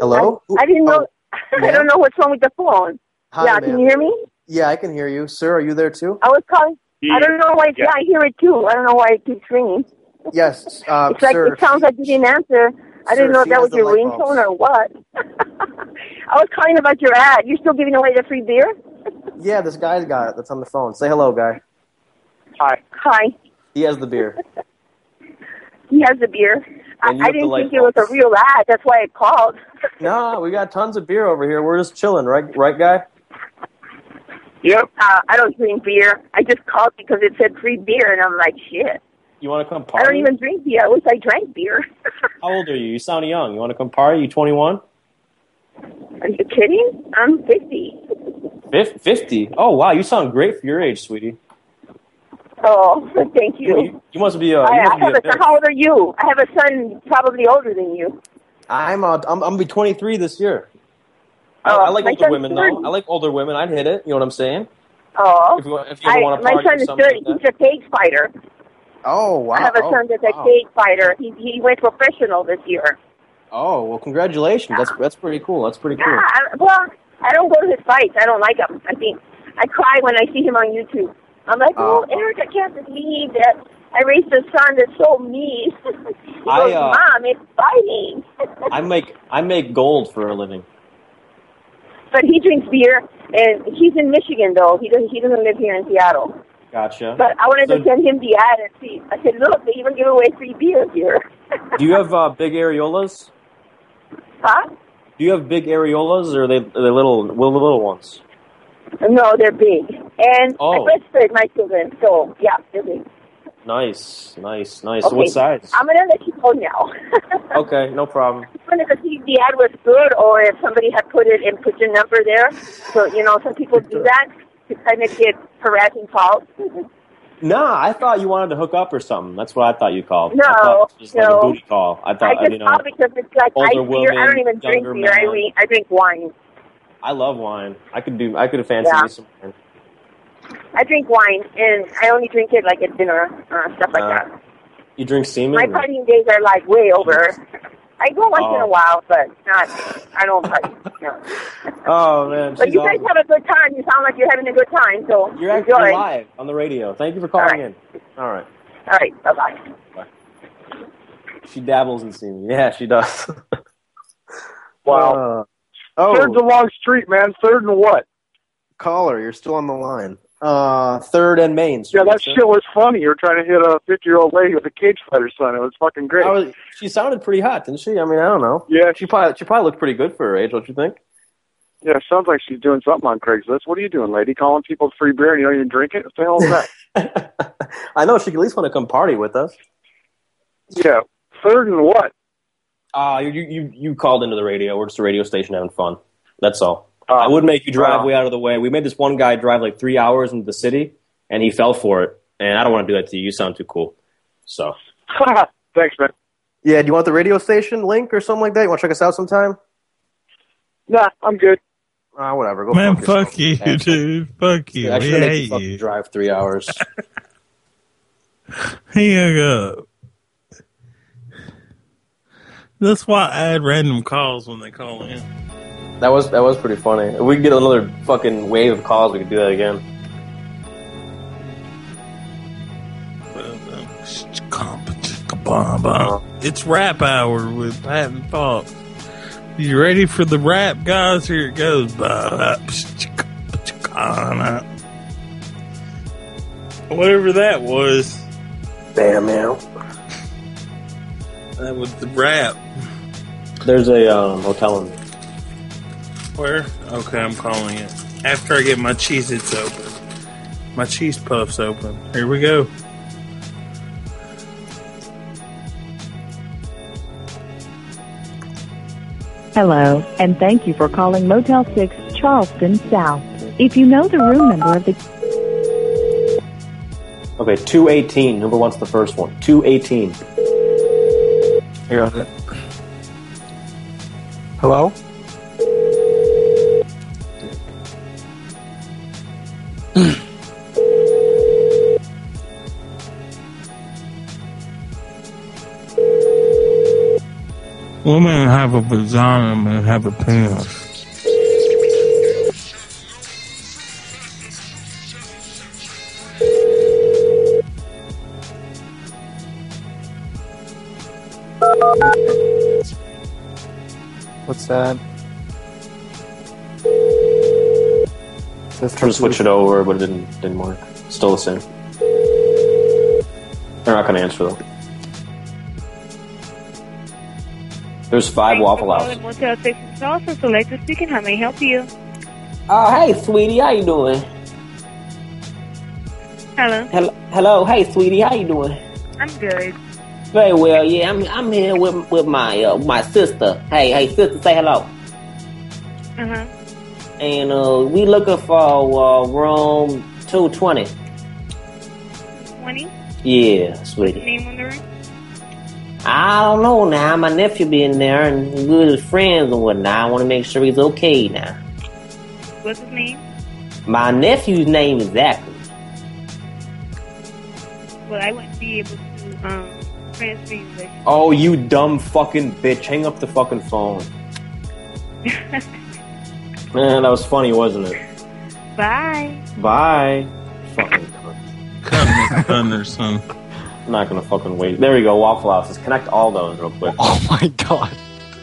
Hello. Oh. I didn't know. I don't know what's wrong with the phone. Hi, yeah, ma'am. can you hear me? Yeah, I can hear you, sir. Are you there too? I was calling. I don't know why. Yeah. Yeah. I hear it too. I don't know why it keeps ringing. Yes, uh, it's like sir. it sounds like you didn't answer. I Sir, didn't know if she that has was the your light bulbs. ringtone or what. I was calling about your ad. You're still giving away the free beer? Yeah, this guy's got it. That's on the phone. Say hello, guy. Hi. Hi. He has the beer. He has the beer. I, And you I have the didn't light think it was a bulbs. real ad. That's why I called. no, we got tons of beer over here. We're just chilling, right? Right, guy. Yep. Uh, I don't drink beer. I just called because it said free beer, and I'm like, shit. You want to come I party? don't even drink beer. I wish I drank beer. How old are you? You sound young. You want to come party? You 21? Are you kidding? I'm 50. Fif- 50? Oh, wow. You sound great for your age, sweetie. Oh, thank you. You, you must be a. I, you I must have a be a son. How old are you? I have a son probably older than you. I'm uh, I'm I'm gonna be 23 this year. I, I like my older son's women though. thirty. I like older women. I'd hit it. You know what I'm saying? Oh, If you, want- if you I, ever want to my party son or is something. dirty. He's a cage fighter. Oh wow! I have a oh, son that's wow. a cage fighter. He he went professional this year. Oh well, congratulations. That's that's pretty cool. That's pretty Yeah, cool. Ah, I, well, I don't go to his fights. I don't like him. I think I cry when I see him on YouTube. I'm like, oh, Oh. Eric, I can't believe that I raised a son that's so mean. he I, goes, uh, Mom, it's fighting. I make I make gold for a living. but he drinks beer, and he's in Michigan though. He doesn't he doesn't live here in Seattle. Gotcha. But I wanted So, to send him the ad and see. I said, look, they even give away free beer here. do you have uh, big areolas? Huh? Do you have big areolas, or are they are they little well, the little ones? No, they're big. And Oh. I breastfed my children, so yeah, they're big. Nice, nice, nice. okay. So what size? I'm gonna let you go now. Okay, no problem. just wanted to see if the ad was good or if somebody had put it and put your number there. So you know, some people do that to kind of get harassing calls. Nah, I thought you wanted to hook up or something. That's what I thought you called. I No, thought it was just like no. a booty call. I uh, I thought just you know. call because it's like I older beer. I don't woman, even drink younger beer. I man. mean, I drink wine. I love wine. I could do. I could fancy Yeah. me some wine. I drink wine, and I only drink it like at dinner, uh, stuff like Uh, that. You drink semen? My or- partying days are like way over. I go once in Oh. a while, but not. I don't party. No. Oh man, But she's you guys awesome. have a good time. You sound like you're having a good time. So You're actually enjoy. live on the radio. Thank you for calling in. All right. All right. Bye bye. She dabbles in semen. Yeah, she does. Wow. oh. Third to long street, man. Third and what? Caller, you're still on the line. Uh, third and main. Yeah, Street, that sir. shit was funny. You were trying to hit a 50 year old lady with a cage fighter son. It was fucking great. I was, she sounded pretty hot, didn't she? I mean, I don't know. Yeah, she probably she probably looked pretty good for her age, don't you think? yeah, sounds like she's doing something on Craigslist. What are you doing, lady? Calling people free beer and you don't even drink it? What the hell is that? I know she could at least want to come party with us. yeah, third and what? Ah, you, you you called into the radio. We're just a radio station having fun. That's all. Oh. I would make you drive uh. way out of the way. We made this one guy drive like three hours into the city, and he fell for it. And I don't want to do that to you. You sound too cool. So thanks, man. Yeah, do you want the radio station link or something like that? You want to check us out sometime? Nah, I'm good. Ah, whatever. Go Man, fuck yourself. fuck you, dude. Fuck you. I He should've made you hate fucking you. drive three hours. he hung up. That's why I add random calls when they call in. that was that was pretty funny. If we could get another fucking wave of calls, we could do that again. Bah, bah. It's rap hour with Pat and Pop. You ready for the rap, guys? Here it goes. Bah, bah, psh, chicka, chicana. Whatever that was. Bam out. That was the rap. There's a um, hotel in Where? Okay, I'm calling it. After I get my Cheez Its open. My cheese puffs open. Here we go. Hello, and thank you for calling Motel 6 Charleston South. If you know the room number of the Okay, 218. Whoever wants the first one. 218. Here on it. Hello? Women have a vagina and have a penis. What's that? Trying to switch it over, but it didn't didn't work. Still the same. They're not gonna answer though. There's five waffle houses. Motel 6 is also selected speaking. How may I help you? Oh hey sweetie, how you doing? Hello. Hello, hello, hey sweetie, how you doing? I'm good. Very well, yeah. I'm I'm here with with my uh, my sister. Hey hey sister, say hello. Uh-huh. And uh, we looking for uh, room two twenty. 20? Yeah, sweetie. Name on the room? I don't know now. My nephew been there and he's good as friends and whatnot. I want to make sure he's okay now. What's his name? My nephew's name is Zachary. Well, I wouldn't be able to um, transfer you this. Oh, you dumb fucking bitch. Hang up the fucking phone. Man, that was funny, wasn't it? Bye. Bye. Fucking cunt. cunt or something. I'm not gonna fucking wait. There we go. Waffle houses. Connect all those real quick. Oh my god.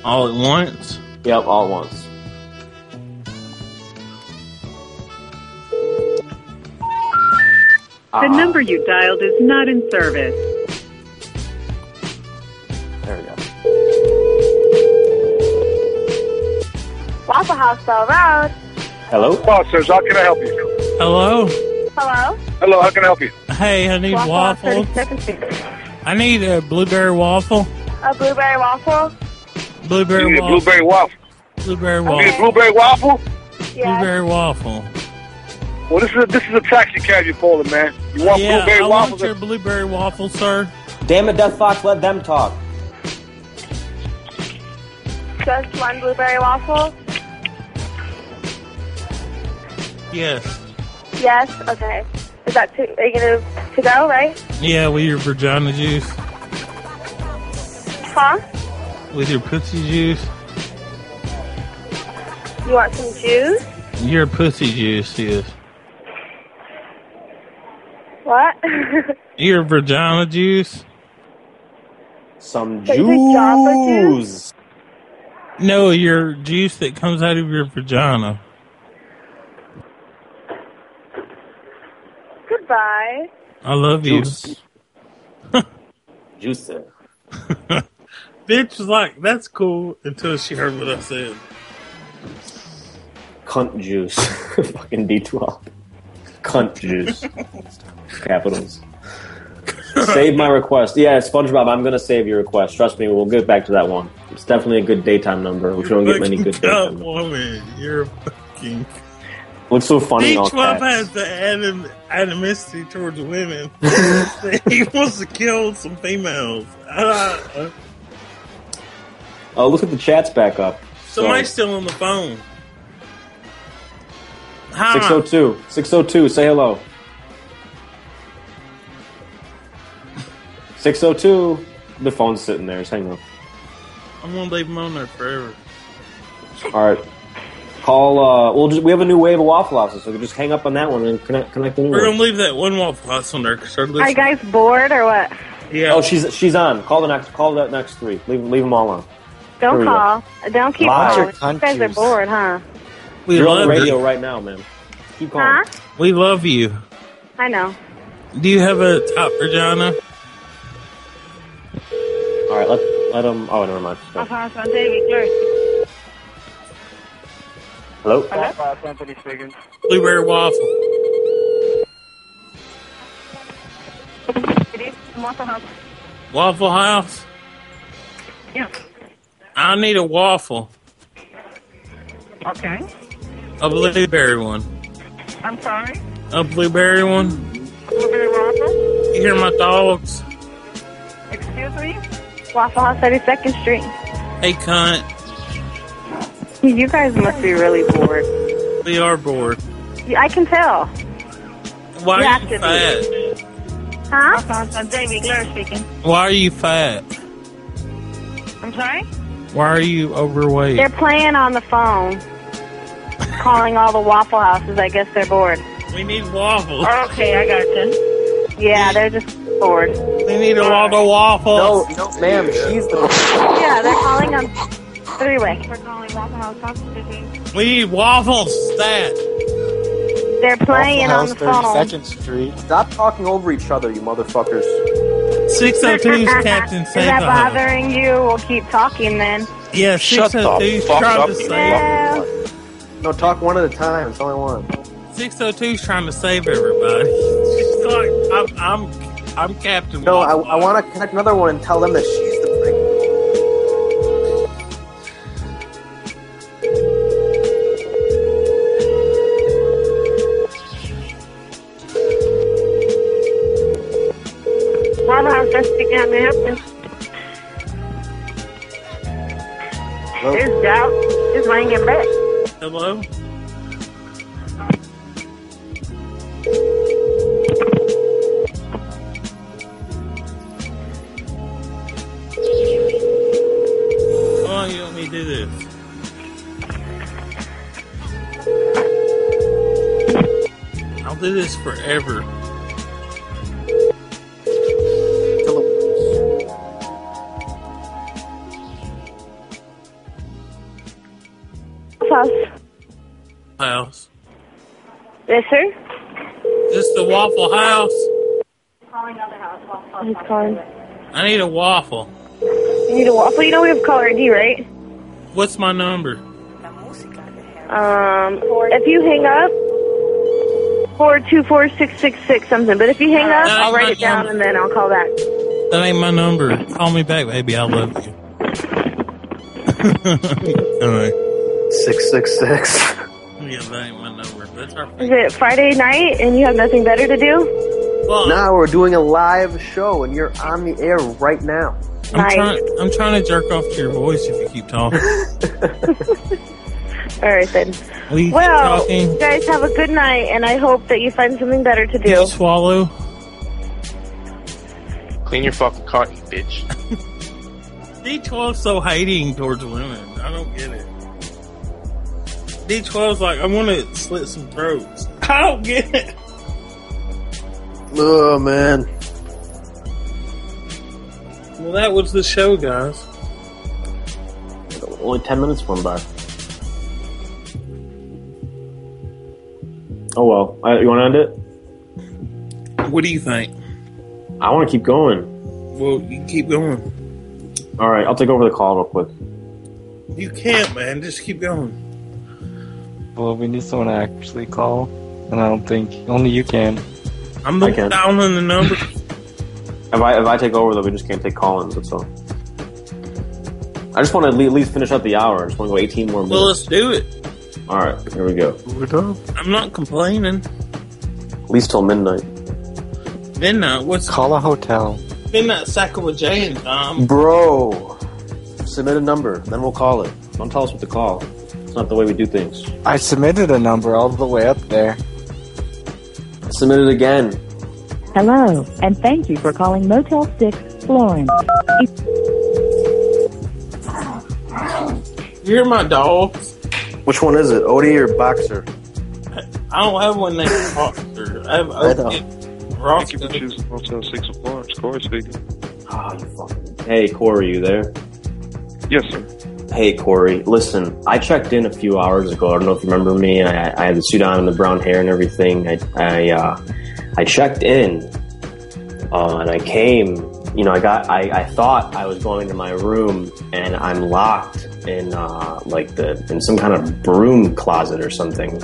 All at once? Yep, all at once. Ah. The number you dialed is not in service. There we go. Waffle House Bell Road. Hello? Foster's, how can I help you? Hello? Hello? Hello, how can I help you? Hey, I need Waffle waffles. House 32nd Street. I need a blueberry waffle. A blueberry waffle? Blueberry You need a waffle. blueberry waffle. Blueberry You need a waffle. blueberry waffle? Yeah. Blueberry waffle. Well, this is a, this is a taxi cab you're pulling, man. You want yeah, blueberry I waffles? want your blueberry waffle, sir. Damn it, Death Fox, let them talk. Just one blueberry waffle? Yes. Yes? Okay. Is that too, are you going to to go, right? Yeah, with your vagina juice, Huh? with your pussy juice, You want some juice? your pussy juice is What? your vagina juice. Some Is it Jaffa juice? No, your juice that comes out of your vagina. Goodbye. I love you. Juice there. Bitch was like, "That's cool," until she heard what I said. Cunt juice. fucking D12. Cunt juice. Capitals. save my request. Yeah, SpongeBob, I'm gonna save your request. Trust me, we'll get back to that one. It's definitely a good daytime number. We don't get many good Dumb daytime. woman, you're a fucking. What's so Each funny? in all one caps? has the anim- animosity towards women. he wants to kill some females. Uh, Oh, look at the chats back up. somebody's still on the phone. Hi. 602. 602, say hello. 602. The phone's sitting there. Just hang up. I'm gonna leave him on there forever. All right. Call, uh, we'll just, we have a new wave of Waffle Houses, so we can just hang up on that one and connect, connect the new We're one. gonna leave that one waffle house on there because our Are you listeners. guys bored or what? yeah. Oh, she's, she's on. Call the next, call the next three. Leave, leave them all on. Here Don't we go. call. Don't keep Lies. calling. You guys are Countries. bored, huh? We You're on love the radio you. right now, man. Keep calling. Huh? We love you. I know. Do you have a top vagina? All right, let, let them, oh, never mind. Waffle Uh-huh, House on David Jersey. Hello? Anthony speaking. Blueberry waffle. It is Waffle House. Waffle House. Yeah. I need a waffle, Okay. a blueberry one, I'm sorry. a blueberry one. Blueberry waffle. You hear my dogs? Excuse me. Waffle House 32nd Street. Hey, cunt. You guys must be really bored. We are bored. I can tell. Why Yeah, are you I can fat? Huh? Waffle House on David Glare speaking. Why are you fat? I'm sorry. Why are you overweight? They're playing on the phone, calling all the Waffle Houses. I guess they're bored. We need waffles. Oh, Okay, I got you. Yeah, they're just bored. We need a lot of waffles. No, no, ma'am, she's the. Yeah, they're calling on three way. We're calling Waffle House Talk Speaking. We need waffles. That. They're playing on Waffle the phone. House 32nd Street. Stop talking over each other, you motherfuckers. 602 is Captain Is that Santa. bothering you? We'll keep talking then. Yeah, 602 's oh trying to save. Well, No, talk one at a time. That's all I want. 602 is trying to save everybody. She's like, I'm, I'm, I'm Captain. No, I, Waffle I want to connect another one and tell them that she's the prick. Waffle House Talk Speaking. How may I help you? It's ringing back. Hello? Oh, you want me to do this? I'll do this forever. House. House. Yes, sir. Is this the Waffle House? He's calling. I need a waffle. You need a waffle. You know we have caller ID, right? What's my number? Um, if you hang up, four two four six six six something. But if you hang up, I'll write it down and then I'll call back. That ain't my number. Call me back, baby. I love you. All right. Six six six. Yeah, that ain't my number. That's our. Is it Friday night and you have nothing better to do? Now we're doing a live show, and you're on the air right now. I'm trying. I'm trying to jerk off to your voice if you keep talking. All right then. Will you well, keep talking? you guys have a good night, and I hope that you find something better to Did you do. swallow? Clean your fucking car, you bitch. D12 so hating towards women. I don't get it. D12's like, I want to slit some throats. I don't get it. Oh man. Well, that was the show, guys. Only 10 minutes went by. Oh well. Uh, you want to end What do you think? it? I want to keep going. Well, you keep going. All right, I'll take over the call real quick. You can't, man. Just keep going. Well, we need someone to actually call, and I don't think only you can. I'm the I can. dialing the number. If I if I take over though, we just can't take call-ins. That's all. I just want to at least finish up the hour. I just want to go 18 more Well, minutes. let's do it. uh, All right, here we go. I'm not complaining. At least till midnight. Midnight. What's call a hotel? midnight Sacagawea time? Bro, submit a number, then we'll call it. Don't tell us what to call. It's not the way we do things. I submitted a number all the way up there. Submit it again. Hello, and thank you for calling Motel 6 Florence. If- You hear my dog? Which one is it, Odie or Boxer? I don't have one named Foster. I have I know. Oaken. Ross. Motel 6 of Florence, Corey speaking. Ah, you fucking. Hey, Corey, you there? Yes, sir. Hey, Corey. Listen, I checked in a few hours ago. I don't know if you remember me. I, I had the suit on and the brown hair and everything. I, I, uh, I checked in, uh, and I came. You know, I got. I, I thought I was going to my room, and I'm locked in uh, like the in some kind of broom closet or something.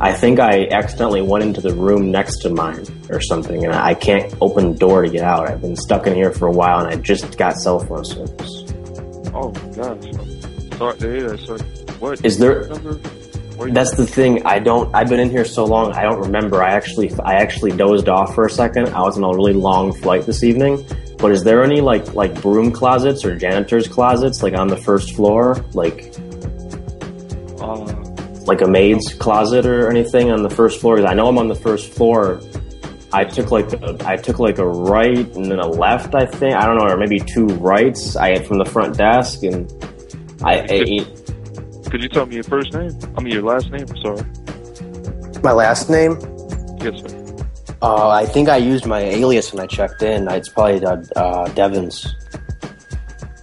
I think I accidentally went into the room next to mine or something, and I can't open the door to get out. I've been stuck in here for a while, and I just got cell phone service. Oh, my gosh. I'm Sorry to hear that, sir. What? Is there- Number? That's the thing. I don't. I've been in here so long. I don't remember. I actually, I actually dozed off for a second. I was on a really long flight this evening. But is there any like like broom closets or janitors closets like on the first floor, like Uh, like a maid's closet or anything on the first floor? 'Cause I know I'm on the first floor. I took like a, I took like a right and then a left. I think I don't know, or maybe two rights. I from the front desk and I. e I could you tell me your first name? I mean, your last name? I'm sorry. My last name? Yes, sir. Uh, I think I used my alias when I checked in. It's probably uh, uh, Devon's.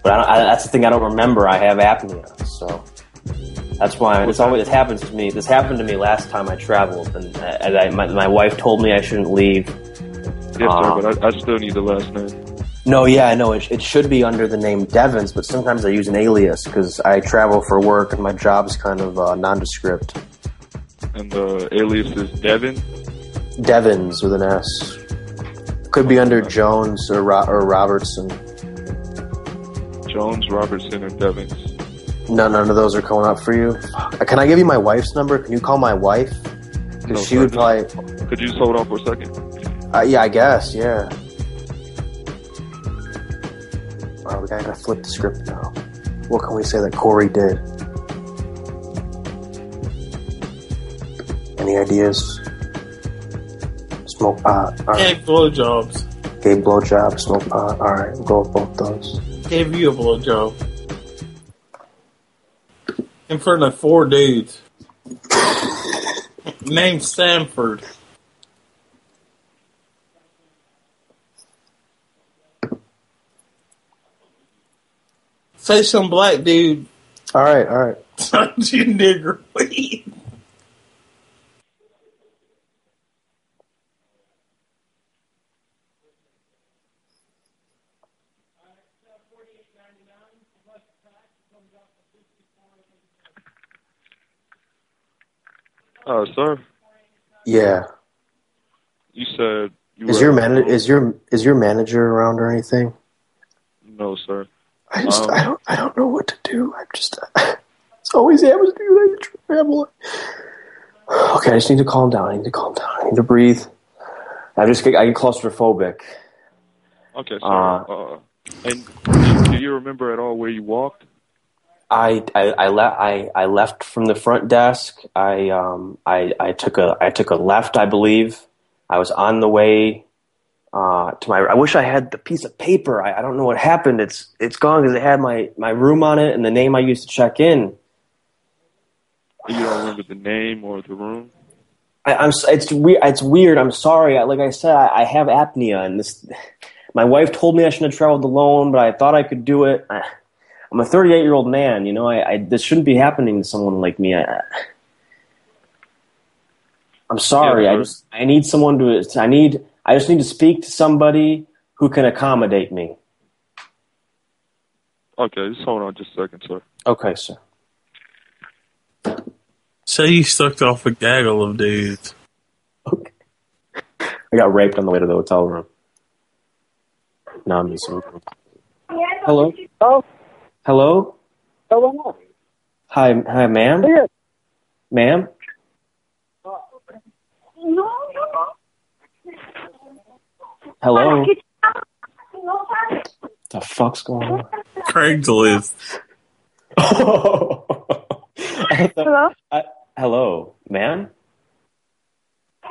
But I don't, I, that's the thing I don't remember. I have apnea, so that's why it's always it happens to me. This happened to me last time I traveled, and, uh, and I, my, my wife told me I shouldn't leave. Um, Yes, sir, but I, I still need the last name. No, yeah, I know it, it should be under the name Devons, but sometimes I use an alias because I travel for work and my job's kind of uh, nondescript. And the alias is Devin. Devins with an S. Could be under Jones or Ro- or Robertson. Jones, Robertson, or Devins. No, none of those are coming up for you. Fuck. Can I give you my wife's number? Can you call my wife? 'Cause No, she sir. would probably. Could you just hold on for a second? Uh, yeah, I guess. Yeah. Wow, we gotta flip the script now. What can we say that Corey did? Any ideas? Smoke pot. All right. Gave blowjobs. Gay blowjob, smoke pot. All right, we'll go with both those. Gave you a blowjob. In front of four dudes. Named Stanford. Say some black dude. All right, all right. Sons you nigger weed. Uh, sir, Yeah. you said you Is were your at man home. is your is your manager around or anything? No, sir. I just Um, I don't I don't know what to do. I'm just it's always happens to you. I travel. Okay, I just need to calm down. I need to calm down. I need to breathe. I just get, I get claustrophobic. Okay, sir. Uh, Uh, and do, do you remember at all where you walked? I I I, le- I I left from the front desk. I um I I took a I took a left, I believe. I was on the way uh to my I wish I had the piece of paper. I, I don't know what happened. It's it's gone cuz it had my my room on it and the name I used to check in. You don't remember the name or the room? I, I'm s- it's weird it's weird. I'm sorry. I, like I said I, I have apnea and this my wife told me I shouldn't have traveled alone, but I thought I could do it. I, I'm a 38 year old man, you know. I, I this shouldn't be happening to someone like me. I, I'm sorry. I sir. just I need someone to. I need. I just need to speak to somebody who can accommodate me. Okay, just hold on just a second, sir. Okay, sir. Say you sucked off a gaggle of dudes. I got raped on the way to the hotel room. Now I'm just. Hello. Oh, Hello. hello. Hi. Hi, ma'am. Yes. Ma'am. Hello. The fuck's going on? Craigslist. Hello. Hello, ma'am.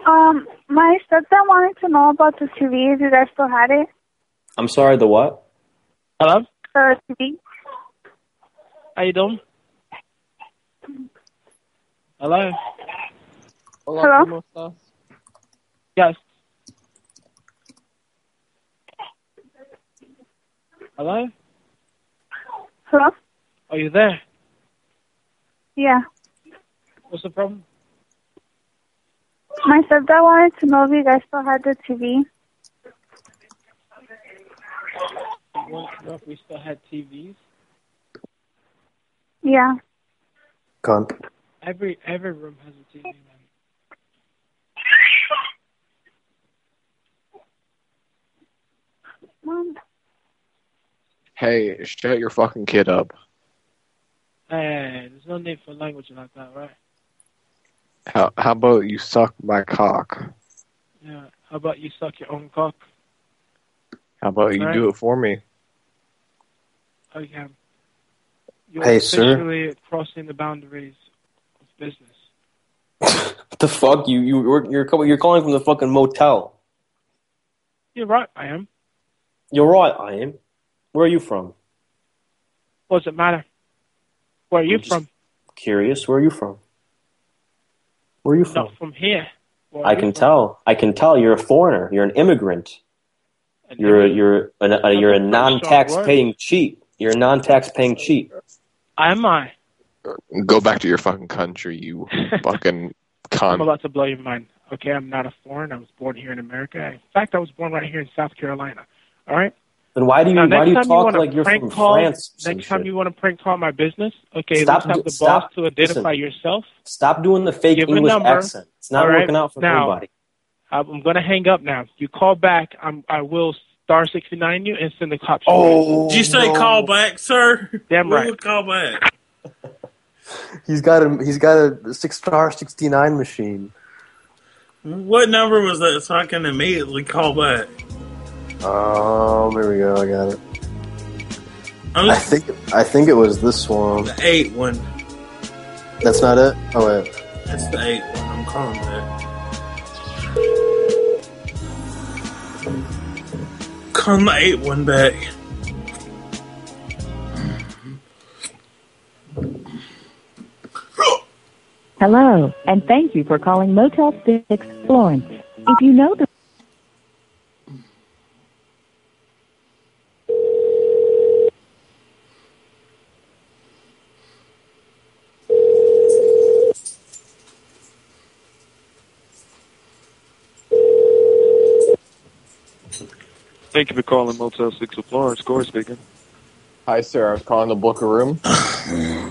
Um, my stepson wanted to know about the TV. If you guys still had it, I'm sorry. The what? hello. The TV. How you doing? Hello. Hello? Yes. Hello. Hello. Are you there? Yeah. What's the problem? My stepdad wanted to know if you guys still had the TV. You want to know if we still had TVs? Yeah. Con. Every every room has a TV. Man. Mom. Hey, shut your fucking kid up. Hey, there's no need for language like that, right? How how about you suck my cock? Yeah. How about you suck your own cock? How about you Alright. do it for me? Okay. You're Hey, sir. officially crossing the boundaries of business. What the fuck? You you you're you're, coming, you're calling from the fucking motel. You're right. I am. You're right. I am. Where are you from? What's it matter? Where are you I'm just from? Curious. Where are you from? Where are you from? Not from here. Where are I you can from? tell. I can tell. You're a foreigner. You're an immigrant. You're a, you're an, a, you're a non-tax paying cheat. You're a non-tax paying cheat. Am I? Go back to your fucking country, you fucking I'm cunt. about to blow your mind. Okay, I'm not a foreigner. I was born here in America. In fact, I was born right here in South Carolina. All right. Then why do you Now, why next do you time talk wanna like you're prank from call, France? or some Next time shit? you want to prank call my business, okay, Stop let's do- have the stop. boss to identify Listen. yourself. Stop doing the fake Give a English number. accent. It's not All right, working out for now, nobody. I'm I'm gonna hang up now. You call back, I'm I will star sixty nine you and send the cops. Did you Oh, say call back, sir? Damn We right. will call back. He's got a he's got a six star sixty nine machine. What number was that so I can immediately call back? Oh, there we go. I got it. I'm I think I think it was this one. the eight one. That's not it. Oh wait. That's the eight one. I'm calling that. Calling the eight one back. Hello, and thank you for calling Motel 6 Florence. If you know the Thank you for calling Motel 6 of Florence. Corey speaking. Hi, sir. I was calling to book a room. Uh,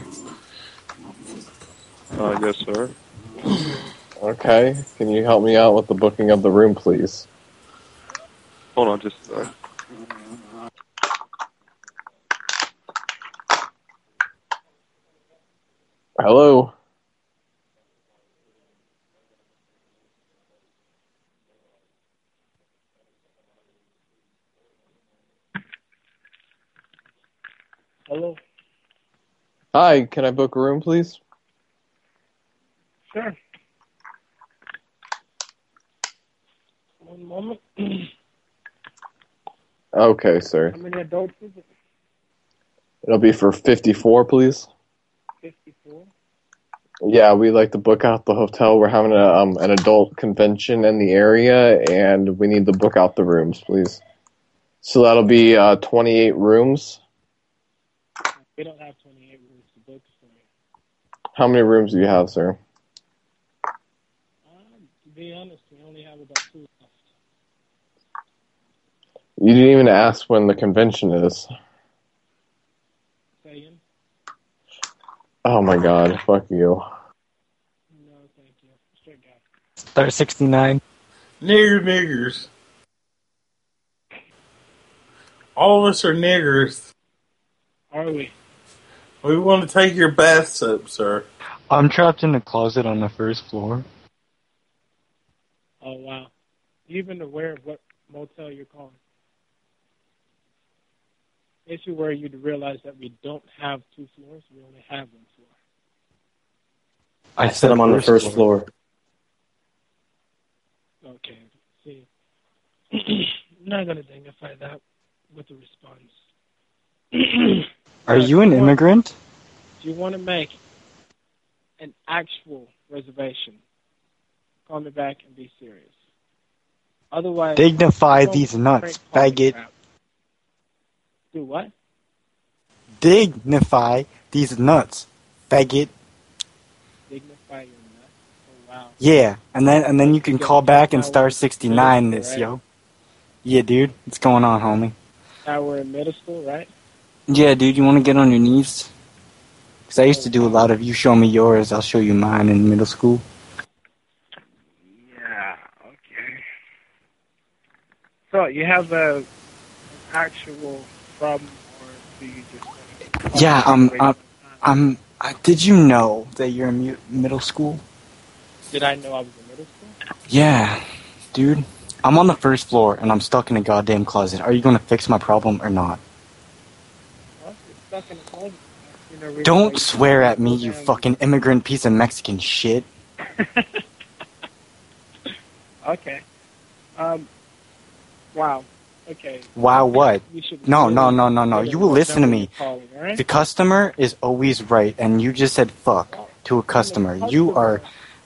yes, sir. Okay. Can you help me out with the booking of the room, please? Hold on just a sec. Hello. Hello. Hi. Can I book a room, please? Sure. One moment. Okay, sir. How many adults is it? It'll be for 54, please. 54. Yeah, we like to book out the hotel. We're having a, um, an adult convention in the area, and we need to book out the rooms, please. So that'll be uh, 28 rooms. We don't have 28 rooms to book for me. How many rooms do you have, sir? Uh, To be honest, we only have about two left. You didn't even ask when the convention is. Saying, Oh my god, fuck you. no, thank you. Straight guy. Star 69. Nigger niggers. All of us are niggers. Are we? We want to take your bath soap, sir. I'm trapped in a closet on the first floor. Oh, wow. You even aware of what motel you're calling? Issue where you'd realize that we don't have two floors, we only have one floor. I said I'm on the first floor. Okay. See, I'm not going to dignify that with a response. Are you an immigrant? If you want to make an actual reservation, call me back and be serious. Otherwise, Dignify don't these nuts, prank faggot. crap. Do what? Dignify these nuts, faggot. Dignify your nuts. Oh wow. Yeah, and then and then you can call back and star sixty nine Middle this school, yo. Yeah, dude, what's going on, homie? Now we're in middle school, right? Yeah, dude, you want to get on your knees? Cause I used to do a lot of you show me yours, I'll show you mine in middle school. Yeah. Okay. So you have a an actual problem, or do you just? want to- Yeah, um, I'm, I'm. I, did you know that you're in mu- middle school? Did I know I was in middle school? Yeah, dude. I'm on the first floor and I'm stuck in a goddamn closet. Are you gonna fix my problem or not? Well, you're stuck in a closet. You know, reason why Don't you- swear at me, you fucking immigrant piece of Mexican shit. Okay. Um. Wow. Okay. Wow, what? You should No, no, really no, no, no. consider You will what listen to number me. you're calling, all right? The customer is always right, and you just said fuck to a customer. You are,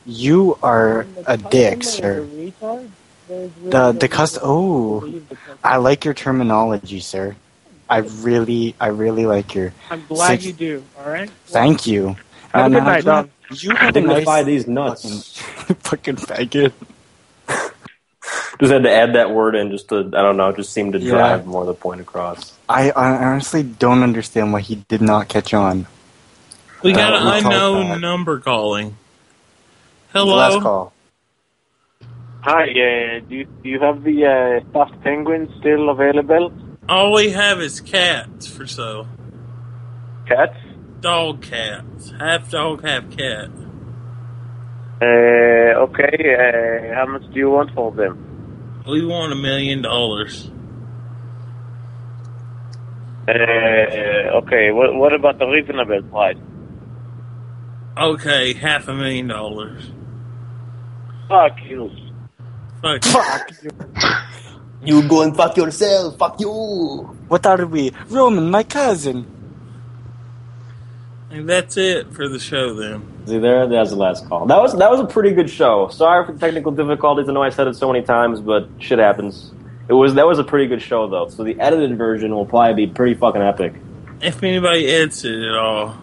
you are a dick, Customer sir. is a retard. There's really The no the cust. reason to Oh, believe the customer. I like your terminology, sir. I really, I really like your. I'm glad six- you do. All right. Thank you. Have a good night, you Dom. have- You have a Dignify nice these nuts. fucking faggot. Just had to add that word in just to, I don't know, it just seemed to Yeah. drive more the point across. I, I honestly don't understand why he did not catch on. We Uh, got we an called unknown back. number calling. It's the Last Hello. call. Hi, uh, do, you, do you have the uh, stuffed penguins still available? All we have is cats for sale. Cats? Dog cats. Half dog, half cat. Uh, okay, uh, how much do you want for them? We want a million dollars. Uh, okay, what, what about the reasonable price? Okay, half a million dollars. Fuck you. Fuck. you. You go and fuck yourself. Fuck you. What are we? Roman, my cousin. And that's it for the show then. See there, that was the last call. That was that was a pretty good show. Sorry for the technical difficulties. I know I said it so many times, but shit happens. It was that was a pretty good show though. So the edited version will probably be pretty fucking epic. If anybody edits it at all.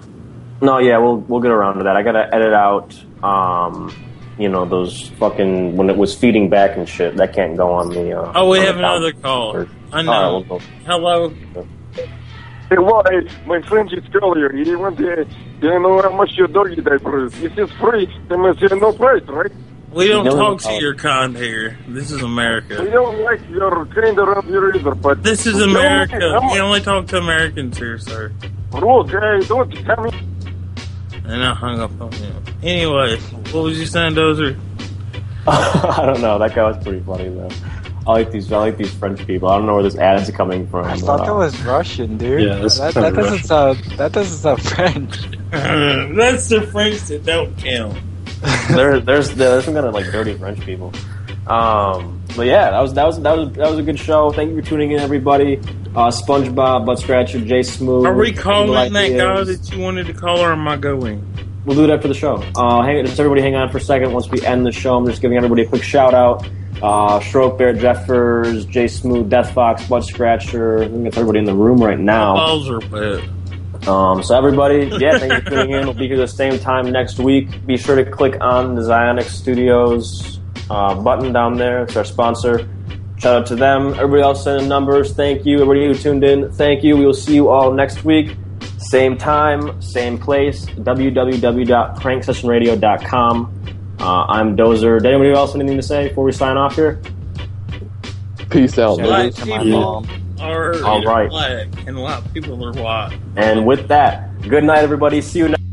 No, yeah, we'll we'll get around to that. I gotta edit out, um, you know, those fucking when it was feeding back and shit. That can't go on the. Uh, Oh, we on the have down- another call. I All right, know. we'll go. Hello. Hey, what? Hey, my friend is earlier. You want to, you know how much your doggy diaper is? If it's free, then must say no price, right? We don't No, talk no. to your con here. This is We America. don't like your kind of your either, but This is You know, America. how We much- only talk to Americans here, sir. Bro, guys, don't tell me. And I hung up on him. Anyway, what was you saying, Dozer? I don't know. That guy was pretty funny though. I like these. I like these French people. I don't know where this ad is coming from. Uh, I thought that was Russian, dude. Yeah, that's that, kinda that doesn't sound that doesn't sound French. That's the French that don't count. there, there's there's some kind of like dirty French people. Um, but yeah, that was that was that was that was a good show. Thank you for tuning in, everybody. Uh, SpongeBob, Butt Scratcher, Jay Smooth. Are we calling Angle that guy Ideas. that you wanted to call, or am I going? We'll do that for the show. Uh, hang, just everybody hang on for a second. Once we end the show, I'm just giving everybody a quick shout out. Uh, Stroke Bear Jeffers, Jay Smooth, Death Fox, Butt Scratcher. I think that's everybody in the room right now. Balls are wet. Um, so everybody, yeah, thank you for tuning in. We'll be here the same time next week. Be sure to click on the Zionic Studios uh, button down there. It's our sponsor. Shout out to them. Everybody else sending numbers. Thank you. Everybody who tuned in, thank you. We will see you all next week. Same time, same place. www.pranksessionradio.com. Uh, I'm Dozer. Did anybody else have anything to say before we sign off here? Peace out, Black niggas. people are All right. black, and white people are white. And with that, good night, everybody. See you next